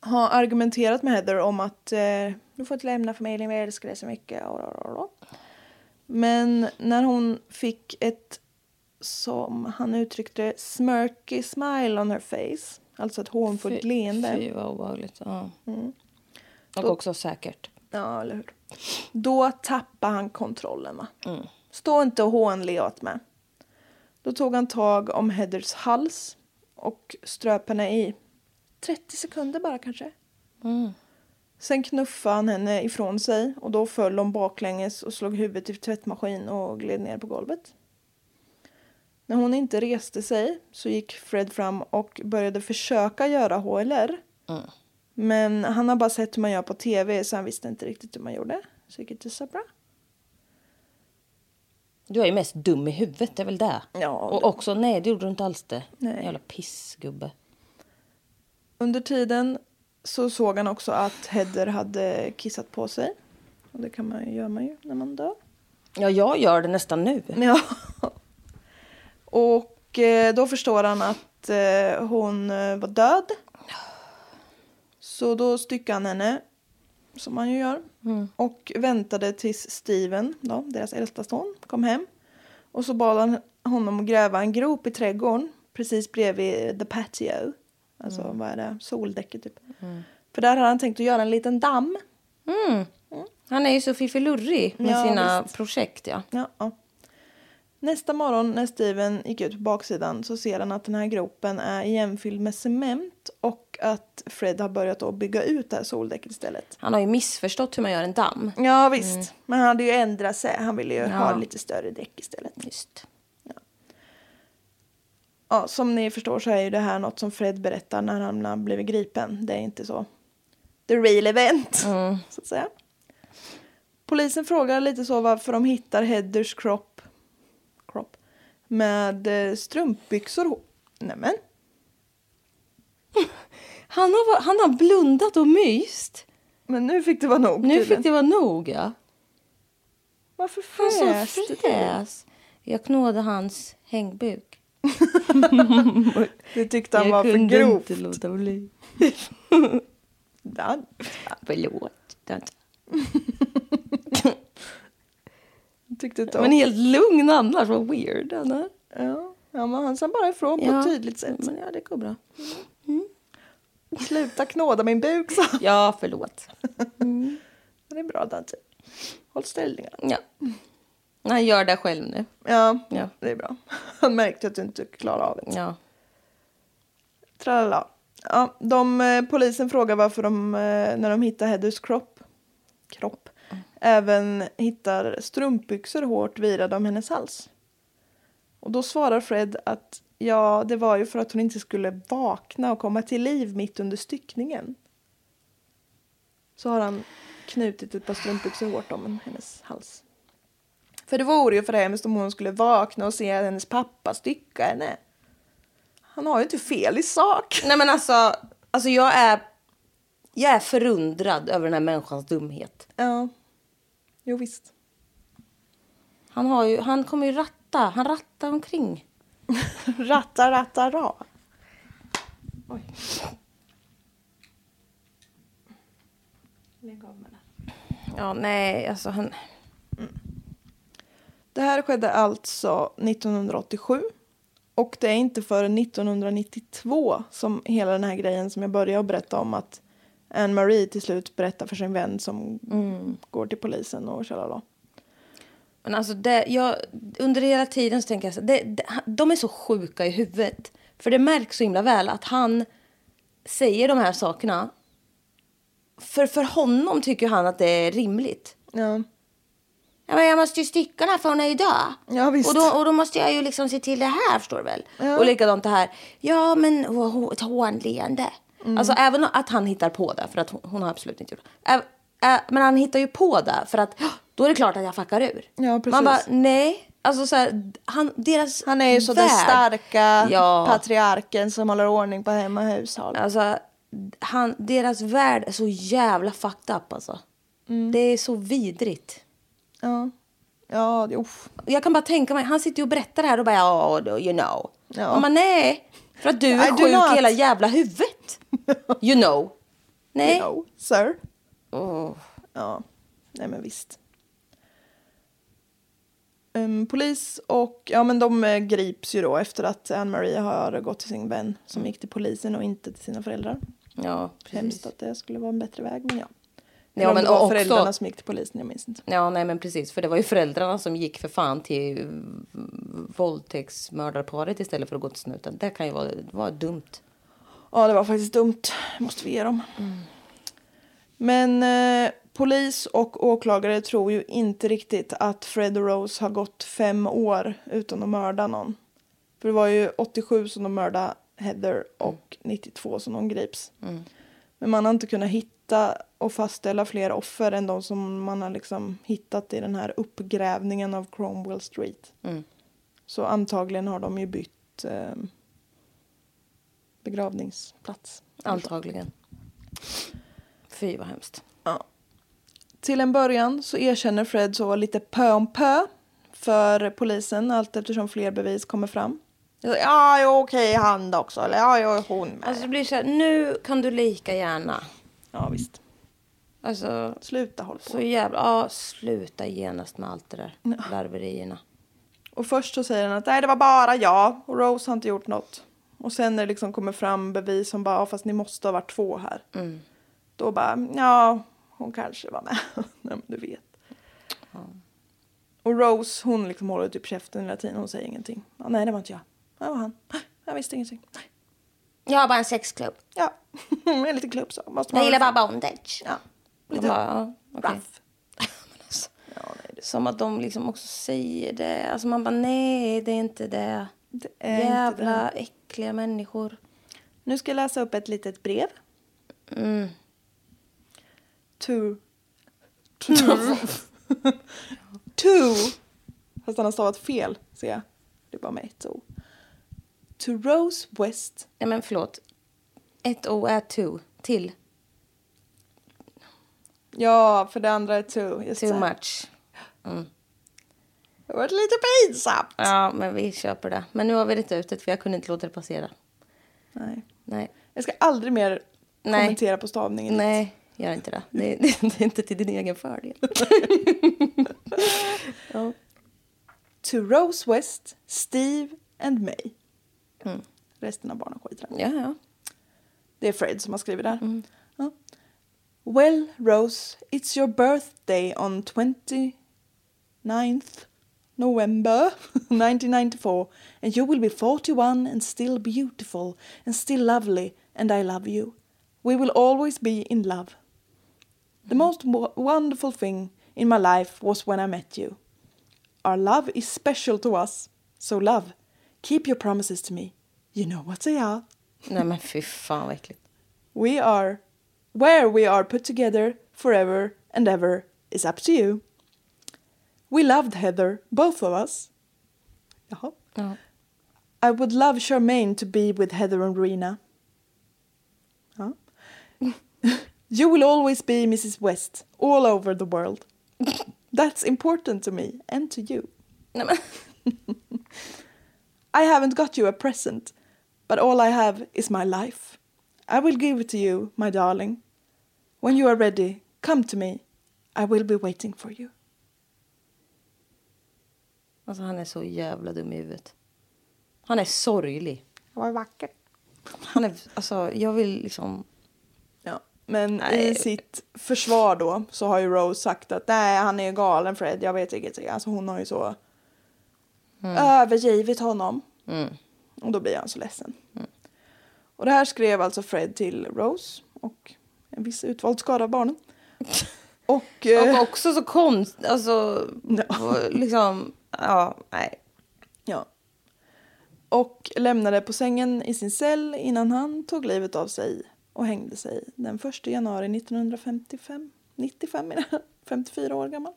Speaker 2: ha argumenterat med Heather om att eh, du får inte lämna familjen, vi älskar dig så mycket. Och, och, och, och. Men när hon fick ett, som han uttryckte det, smirky smile on her face, alltså ett hånfullt leende.
Speaker 3: Fy vad obehagligt. Ja.
Speaker 2: Mm.
Speaker 3: Och
Speaker 2: Då-
Speaker 3: också säkert.
Speaker 2: Ja, eller hur? Då tappar han kontrollen. Va?
Speaker 3: Mm.
Speaker 2: Stå inte och hånle åt mig. Då tog han tag om Heathers hals och ströp henne i 30 sekunder bara kanske.
Speaker 3: Mm.
Speaker 2: Sen knuffade han henne ifrån sig och då föll hon baklänges och slog huvudet i tvättmaskin och gled ner på golvet. När hon inte reste sig så gick Fred fram och började försöka göra HLR.
Speaker 3: Mm.
Speaker 2: Men han har bara sett hur man gör på tv så han visste inte riktigt hur man gjorde. Så gick inte så bra.
Speaker 3: Du är ju mest dum i huvudet, det är väl det?
Speaker 2: Ja,
Speaker 3: Och
Speaker 2: det-
Speaker 3: också, nej det gjorde du inte alls det.
Speaker 2: Nej.
Speaker 3: Jävla pissgubbe.
Speaker 2: Under tiden så såg han också att Heather hade kissat på sig. Och det kan man ju, gör man ju när man dör.
Speaker 3: Ja, jag gör det nästan nu.
Speaker 2: Ja. Och eh, då förstår han att eh, hon eh, var död. Så då styckade han henne, som man ju gör,
Speaker 4: Mm.
Speaker 2: Och väntade tills Steven, då, deras äldsta son, kom hem. Och så bad han honom gräva en grop i trädgården precis bredvid the patio. Alltså
Speaker 4: Mm.
Speaker 2: vad är det? Soldäcket typ. För där hade han tänkt att göra en liten damm.
Speaker 4: Mm. Han är ju så fiffilurrig med
Speaker 2: Ja,
Speaker 4: sina
Speaker 2: visst.
Speaker 4: projekt. Ja.
Speaker 2: Ja, ja. Nästa morgon när Steven gick ut på baksidan så ser han att den här gropen är igenfylld med cement och att Fred har börjat att bygga ut det här soldäcket istället.
Speaker 4: Han har ju missförstått hur man gör en damm.
Speaker 2: Ja visst,
Speaker 4: Mm.
Speaker 2: men han hade ju ändrat sig. Han ville ju
Speaker 4: Ja.
Speaker 2: ha lite större däck istället.
Speaker 4: Just.
Speaker 2: Ja, som ni förstår så är ju det här något som Fred berättar när han har blivit gripen. Det är inte så the real event,
Speaker 3: Mm.
Speaker 2: så att säga. Polisen frågar lite så varför de hittar Heathers kropp, kropp med eh, strumpbyxor. hå- Nämen.
Speaker 3: Han har, va- han har blundat och myst.
Speaker 2: Men nu fick det vara nog.
Speaker 3: Nu
Speaker 2: tydligen.
Speaker 3: fick det vara nog, ja.
Speaker 2: Varför
Speaker 3: Han sa
Speaker 2: fräs det? till?
Speaker 3: fräs. Jag knådde hans hängbuk.
Speaker 2: Du tyckte han
Speaker 3: jag
Speaker 2: var för
Speaker 3: kunde
Speaker 2: grov.
Speaker 3: inte låta bli.
Speaker 2: Dan-
Speaker 3: Förlåt. Dante.
Speaker 2: Tyckte inte om.
Speaker 3: Men helt lugn annars. Vad weird han är.
Speaker 2: Ja, ja, men han sa bara ifrån på
Speaker 3: Ja, Mm.
Speaker 2: ett tydligt sätt.
Speaker 3: Men ja, det går bra.
Speaker 2: Sluta knåda min buk, sa han.
Speaker 3: Ja, förlåt.
Speaker 2: Det är bra, typ Dante. Håll ställningarna.
Speaker 3: Ja. Han gör det själv nu.
Speaker 2: Ja,
Speaker 3: Ja.
Speaker 2: det är bra. Han märkte att du inte klarade av det.
Speaker 3: Ja.
Speaker 2: Tralala. Ja, de, eh, polisen frågar varför de, eh, när de hittar Heathers kropp, kropp även hittar strumpbyxor hårt virade om hennes hals. Och då svarar Fred att ja, det var ju för att hon inte skulle vakna och komma till liv mitt under styckningen. Så har han knutit ett par strumpbyxor hårt om hennes hals. För det vore ju för hemskt om hon skulle vakna och se hennes pappa stycka henne. Han har ju inte fel i sak.
Speaker 3: Nej, men alltså, alltså jag, är, jag är förundrad över den här människans dumhet.
Speaker 2: Ja. Jo visst.
Speaker 3: Han, har ju, han kommer ju ratta. Han rattar omkring.
Speaker 2: Ratta ratta ra. Oj. Lägg av med det.
Speaker 3: Ja, nej, alltså han...
Speaker 2: Det här skedde alltså 1987. Och det är inte förrän 1992 som hela den här grejen som jag började att berätta om att Anne Marie till slut berättar för sin vän som
Speaker 3: Mm.
Speaker 2: går till polisen och tjalala.
Speaker 3: Men alltså det, jag, under hela tiden så tänker jag så här, det, det, han- de är så sjuka i huvudet. För det märks så himla väl att han säger de här sakerna. För, för honom tycker han att det är rimligt.
Speaker 2: Ja.
Speaker 3: Ja, men jag måste ju sticka den här för hon är ju död.
Speaker 2: Ja, visst.
Speaker 3: Och, då, och då måste jag ju liksom se till det här förstår du väl.
Speaker 2: Ja.
Speaker 3: Och likadant det här. Ja men hon- hon- ett hånleende.
Speaker 2: Mm.
Speaker 3: Alltså även att han hittar på det för att hon, hon har absolut inte gjort det. Ä- ä- men han hittar ju på det för att "Hå, då är det klart att jag fuckar ur.
Speaker 2: Ja, precis.
Speaker 3: Man bara nej. Alltså så här, han, deras
Speaker 2: Han är ju så den
Speaker 3: värld-
Speaker 2: starka
Speaker 3: ja.
Speaker 2: patriarken som håller ordning på hem och hushåll.
Speaker 3: Alltså, han, deras värld är så jävla fucked up alltså.
Speaker 2: Mm.
Speaker 3: Det är så vidrigt.
Speaker 2: Ja. Ja, det- uff.
Speaker 3: Jag kan bara tänka mig, han sitter ju och berättar det här och bara ja, då, you know.
Speaker 2: Ja.
Speaker 3: Ja. Man, nej, för att du
Speaker 2: I
Speaker 3: är
Speaker 2: do
Speaker 3: sjuk i
Speaker 2: not.
Speaker 3: hela jävla huvudet. You know. Nej.
Speaker 2: No, sir.
Speaker 3: Åh.
Speaker 2: Ja, nej men visst. Ehm, polis och, ja men de eh, grips ju då efter att Ann-Marie har gått till sin vän som gick till polisen och inte till sina föräldrar.
Speaker 3: Ja, Mm. precis.
Speaker 2: Hemskt att det skulle vara en bättre väg, men ja.
Speaker 3: Ja,
Speaker 2: Eller om
Speaker 3: men
Speaker 2: det var
Speaker 3: också-
Speaker 2: föräldrarna som gick till polisen, jag minns inte.
Speaker 3: Ja, nej men precis. För det var ju föräldrarna som gick för fan till mm, våldtäktsmördarparet istället för att gå till snuten. Det kan ju vara, vara dumt.
Speaker 2: Ja, det var faktiskt dumt. Måste vi ge dem. Men eh, polis och åklagare tror ju inte riktigt att Fred och Rose har gått fem år utan att mörda någon. För det var ju 87 som de mördade Heather och 92 som de grips.
Speaker 3: Mm.
Speaker 2: Men man har inte kunnat hitta och fastställa fler offer än de som man har liksom hittat i den här uppgrävningen av Cromwell Street.
Speaker 3: Mm.
Speaker 2: Så antagligen har de ju bytt eh, begravningsplats.
Speaker 3: Antagligen. Fy vad hemskt.
Speaker 2: Ja. Till en början så erkänner Fred så lite pö om pö för polisen allt eftersom fler bevis kommer fram. Ja, jo, okej, han då också. Eller ja, jo, hon med.
Speaker 3: Alltså det blir så här, nu kan du lika gärna.
Speaker 2: ja, visst.
Speaker 3: Alltså,
Speaker 2: sluta håll på.
Speaker 3: Så jävla... Ja, sluta genast med allt det där. Larverierna.
Speaker 2: Och först så säger han att nej, det var bara jag och Rose har inte gjort något. Och sen när det liksom kommer fram bevis som bara, ja, fast ni måste ha varit två här. Då bara, ja, hon kanske var med. nej, men du vet. Och Rose, hon liksom håller typ käften hela tiden. Hon säger ingenting. Ja, nej, det var inte jag. Det var han. Jag visste ingenting.
Speaker 3: Jag har bara en sexklubb.
Speaker 2: Ja, en liten klubb så. Måste
Speaker 3: Jag
Speaker 2: man
Speaker 3: gillar bara bondage.
Speaker 2: Ja.
Speaker 3: Lite bara, ja, okej. alltså,
Speaker 2: Ruff.
Speaker 3: Som att de liksom också säger det. Alltså man bara, nej, det är inte det.
Speaker 2: Det är inte
Speaker 3: Jävla
Speaker 2: det.
Speaker 3: äckliga människor.
Speaker 2: Nu ska jag läsa upp ett litet brev.
Speaker 3: Mm.
Speaker 2: To. To. to. Fast han har stavat fel, ser jag. Det är bara med ett O. To Rose West.
Speaker 3: Nej, men förlåt. Ett O är two. Till.
Speaker 2: Ja, för det andra är to. Just
Speaker 3: Too
Speaker 2: det.
Speaker 3: much.
Speaker 2: Det var lite pinsamt.
Speaker 3: Ja, men vi köper det. Men nu har vi rätt ut det, för jag kunde inte låta det passera.
Speaker 2: Nej.
Speaker 3: Nej,
Speaker 2: Jag ska aldrig mer
Speaker 3: Nej.
Speaker 2: kommentera på stavningen.
Speaker 3: nej gör inte det. Det, det, det är inte till din egen fördel.
Speaker 2: To Rose West, Steve and May. Resten av barnen skiter i det.
Speaker 3: Mm. Ja, ja.
Speaker 2: Det är Fred som har skrivit där. Ja. Well, Rose, it's your birthday on 29th November 1994 and you will be 41 and still beautiful and still lovely and I love you. We will always be in love. The most wo- wonderful thing in my life was when I met you. Our love is special to us. So love, keep your promises to me. You know what they are.
Speaker 3: Nej, men fy fan vad äckligt.
Speaker 2: We are where we are put together forever and ever is up to you. We loved Heather, both of us. Jaha.
Speaker 3: Ja.
Speaker 2: I would love Charmaine to be with Heather and Rena. Ja. you will always be Mrs. West all over the world. That's important to me and to you.
Speaker 3: Nej, men.
Speaker 2: I haven't got you a present, but all I have is my life. I will give it to you, my darling. When you are ready, come to me. I will be waiting for you.
Speaker 3: Alltså, han är så jävla dum i huvudet. Han är sorglig.
Speaker 2: Vad vackert.
Speaker 3: Han är, alltså, jag vill liksom...
Speaker 2: Ja, men i sitt försvar då så har ju Rose sagt att nej, han är ju galen Fred, jag vet ingenting. Alltså hon har ju så Mm. övergivit honom. Och då blir han så ledsen. Och det här skrev alltså Fred till Rose och en viss utvald skara av barnen. Och, eh,
Speaker 3: Och också så konst... Alltså, liksom... Ja, nej.
Speaker 2: Ja. Och lämnade på sängen i sin cell innan han tog livet av sig och hängde sig den 1 januari 1955. 95 menar jag. 54 år gammal.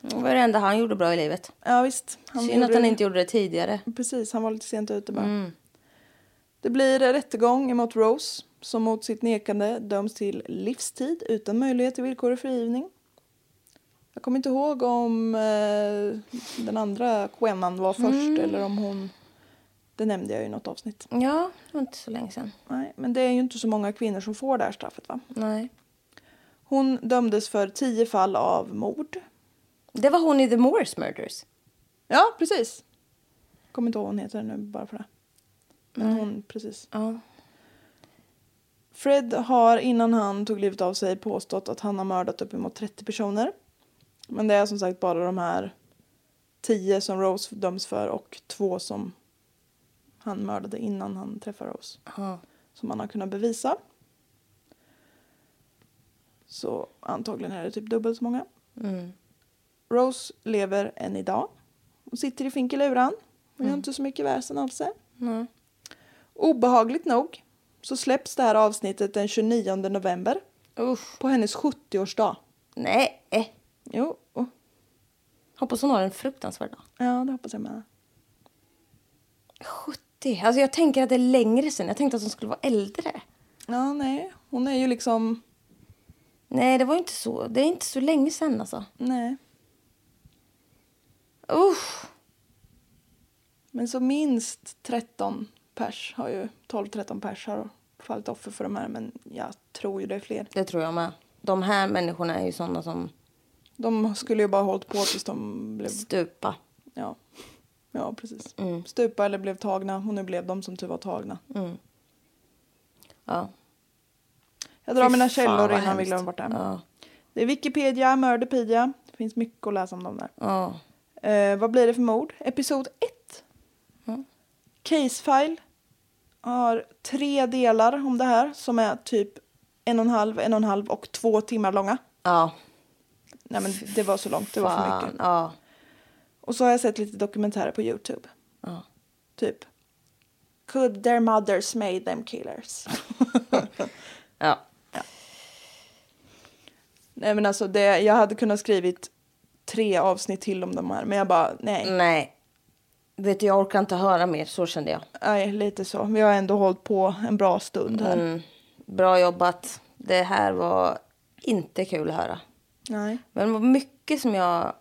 Speaker 3: Det var det enda han gjorde bra i livet.
Speaker 2: Ja visst. Han
Speaker 3: Synd att
Speaker 2: gjorde-
Speaker 3: han inte gjorde det tidigare.
Speaker 2: Precis, han var lite sent ute bara. Det blir rättegång emot Rose som mot sitt nekande döms till livstid utan möjlighet till villkorlig frigivning. Jag kommer inte ihåg om eh, den andra kvinnan var först eller om hon... Det nämnde jag ju i något avsnitt.
Speaker 3: Ja, det var inte så länge sedan.
Speaker 2: Nej, men det är ju inte så många kvinnor som får det här straffet va?
Speaker 3: Nej.
Speaker 2: Hon dömdes för tio fall av mord.
Speaker 3: Det var hon i The Moors Murders.
Speaker 2: Ja, precis. Kommer inte ihåg vad hon heter nu bara för det. Men hon, precis.
Speaker 3: Ja.
Speaker 2: Fred har innan han tog livet av sig påstått att han har mördat uppemot 30 personer. Men det är som sagt bara de här tio som Rose döms för och två som han mördade innan han träffade Rose. Som han har kunnat bevisa. Så antagligen är det typ dubbelt så många. Mm. Rose lever än idag. Hon sitter i finkeluran. Hon gör inte så mycket väsen av sig. Obehagligt nog så släpps det här avsnittet den 29 november. På hennes 70-årsdag.
Speaker 3: Nej.
Speaker 2: Jo, oh.
Speaker 3: Hoppas hon har en fruktansvärd dag.
Speaker 2: ja det hoppas jag med.
Speaker 3: 70. Alltså jag tänker att det är längre sedan. Jag tänkte att hon skulle vara äldre.
Speaker 2: Ja, nej. Hon är ju liksom...
Speaker 3: Nej, det var ju inte så. Det är inte så länge sedan alltså.
Speaker 2: Nej.
Speaker 3: Usch.
Speaker 2: Men så minst 13 pers har ju... 12-13 pers har fallit offer för de här, men jag tror ju det är fler.
Speaker 3: Det tror jag med. De här människorna är ju sådana som
Speaker 2: De skulle ju bara hållit på tills de blev...
Speaker 3: Stupa.
Speaker 2: Ja, ja precis. Stupa eller blev tagna. Och nu blev de som tur var tagna.
Speaker 3: Mm. Ja.
Speaker 2: Jag drar
Speaker 3: Fy
Speaker 2: mina
Speaker 3: fan,
Speaker 2: källor
Speaker 3: vad
Speaker 2: innan vi
Speaker 3: hemskt.
Speaker 2: glömmer bort det. här.
Speaker 3: Ja.
Speaker 2: Det är Wikipedia, Mörderpedia. Det finns mycket att läsa om dem där.
Speaker 3: Ja.
Speaker 2: Eh, vad blir det för mord? Episod 1. Casefile har tre delar om det här som är typ en och en halv, en och en halv och två timmar långa.
Speaker 3: Ja.
Speaker 2: Nej men det var så långt, det var för
Speaker 3: Fan,
Speaker 2: mycket.
Speaker 3: Ja.
Speaker 2: Och så har jag sett lite dokumentärer på Youtube.
Speaker 3: Ja.
Speaker 2: Typ. Could their mothers made them killers?
Speaker 3: ja.
Speaker 2: nej men alltså det, jag hade kunnat skrivit tre avsnitt till om de här men jag bara nej.
Speaker 3: Nej. Vet du, jag orkar inte höra mer. Så kände jag.
Speaker 2: Nej, lite så. Vi har ändå hållit på en bra stund här.
Speaker 3: Mm. Bra jobbat. Det här var inte kul att höra.
Speaker 2: Nej.
Speaker 3: Men det var mycket som jag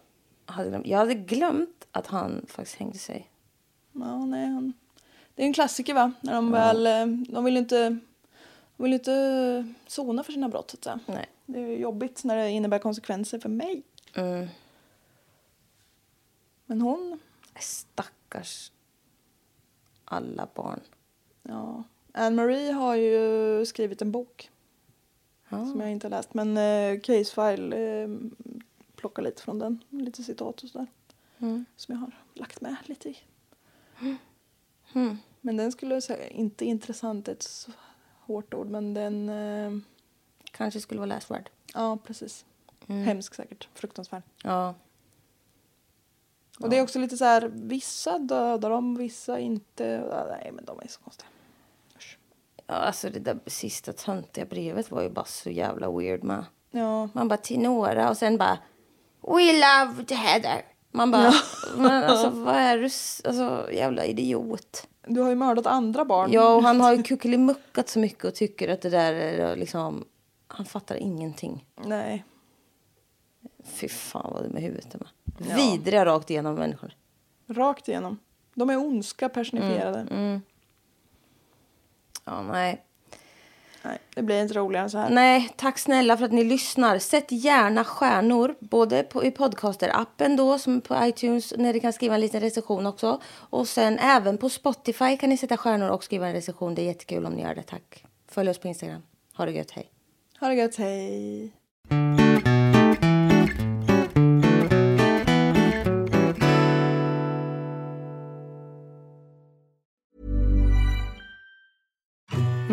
Speaker 3: hade glömt. Jag hade glömt att han faktiskt hängde sig.
Speaker 2: Ja, nej, han... Det är en klassiker va? När de väl, eh, de vill ju inte, de vill ju inte sona för sina brott så att säga.
Speaker 3: Nej.
Speaker 2: Det är ju jobbigt när det innebär konsekvenser för mig.
Speaker 3: Mm.
Speaker 2: Men hon,
Speaker 3: Stackars alla barn.
Speaker 2: ja. Anne-Marie har ju skrivit en bok
Speaker 3: Ja.
Speaker 2: som jag inte har läst. Men eh, Casefile eh, plockar lite från den. Lite citat och sådär.
Speaker 3: Mm.
Speaker 2: Som jag har lagt med lite i.
Speaker 3: Mm.
Speaker 2: Men den skulle jag säga, inte intressant är ett så hårt ord men den, eh,
Speaker 3: Kanske skulle vara läsvärd.
Speaker 2: ja precis.
Speaker 3: Mm.
Speaker 2: Hemsk säkert, fruktansvärd.
Speaker 3: Ja.
Speaker 2: Och det är också lite så här, vissa dödar dem, vissa inte. Ah, Nej, men de är så konstiga. Usch.
Speaker 3: ja. Alltså det där sista töntiga brevet var ju bara så jävla weird med.
Speaker 2: Ja,
Speaker 3: Man bara till några och sen bara We loved Heather. Man bara, men alltså vad är du, s- alltså jävla idiot.
Speaker 2: du har ju mördat andra barn.
Speaker 3: Ja, och han har ju kuckelimuckat så mycket och tycker att det där är liksom, han fattar ingenting.
Speaker 2: Nej.
Speaker 3: Fy fan vad dum i huvudet de är.
Speaker 2: Ja.
Speaker 3: Vidriga rakt igenom människor.
Speaker 2: Rakt igenom. De är ondska personifierade.
Speaker 3: Mm. Ja, nej.
Speaker 2: Nej, det blir inte roligare än så här.
Speaker 3: Nej, tack snälla för att ni lyssnar. Sätt gärna stjärnor, både på, i podcaster-appen då, som på iTunes, när ni kan skriva en liten recension också. Och sen även på Spotify kan ni sätta stjärnor och skriva en recension. Det är jättekul om ni gör det, tack. Följ oss på Instagram. Ha det gött, hej.
Speaker 2: Ha det gött, hej.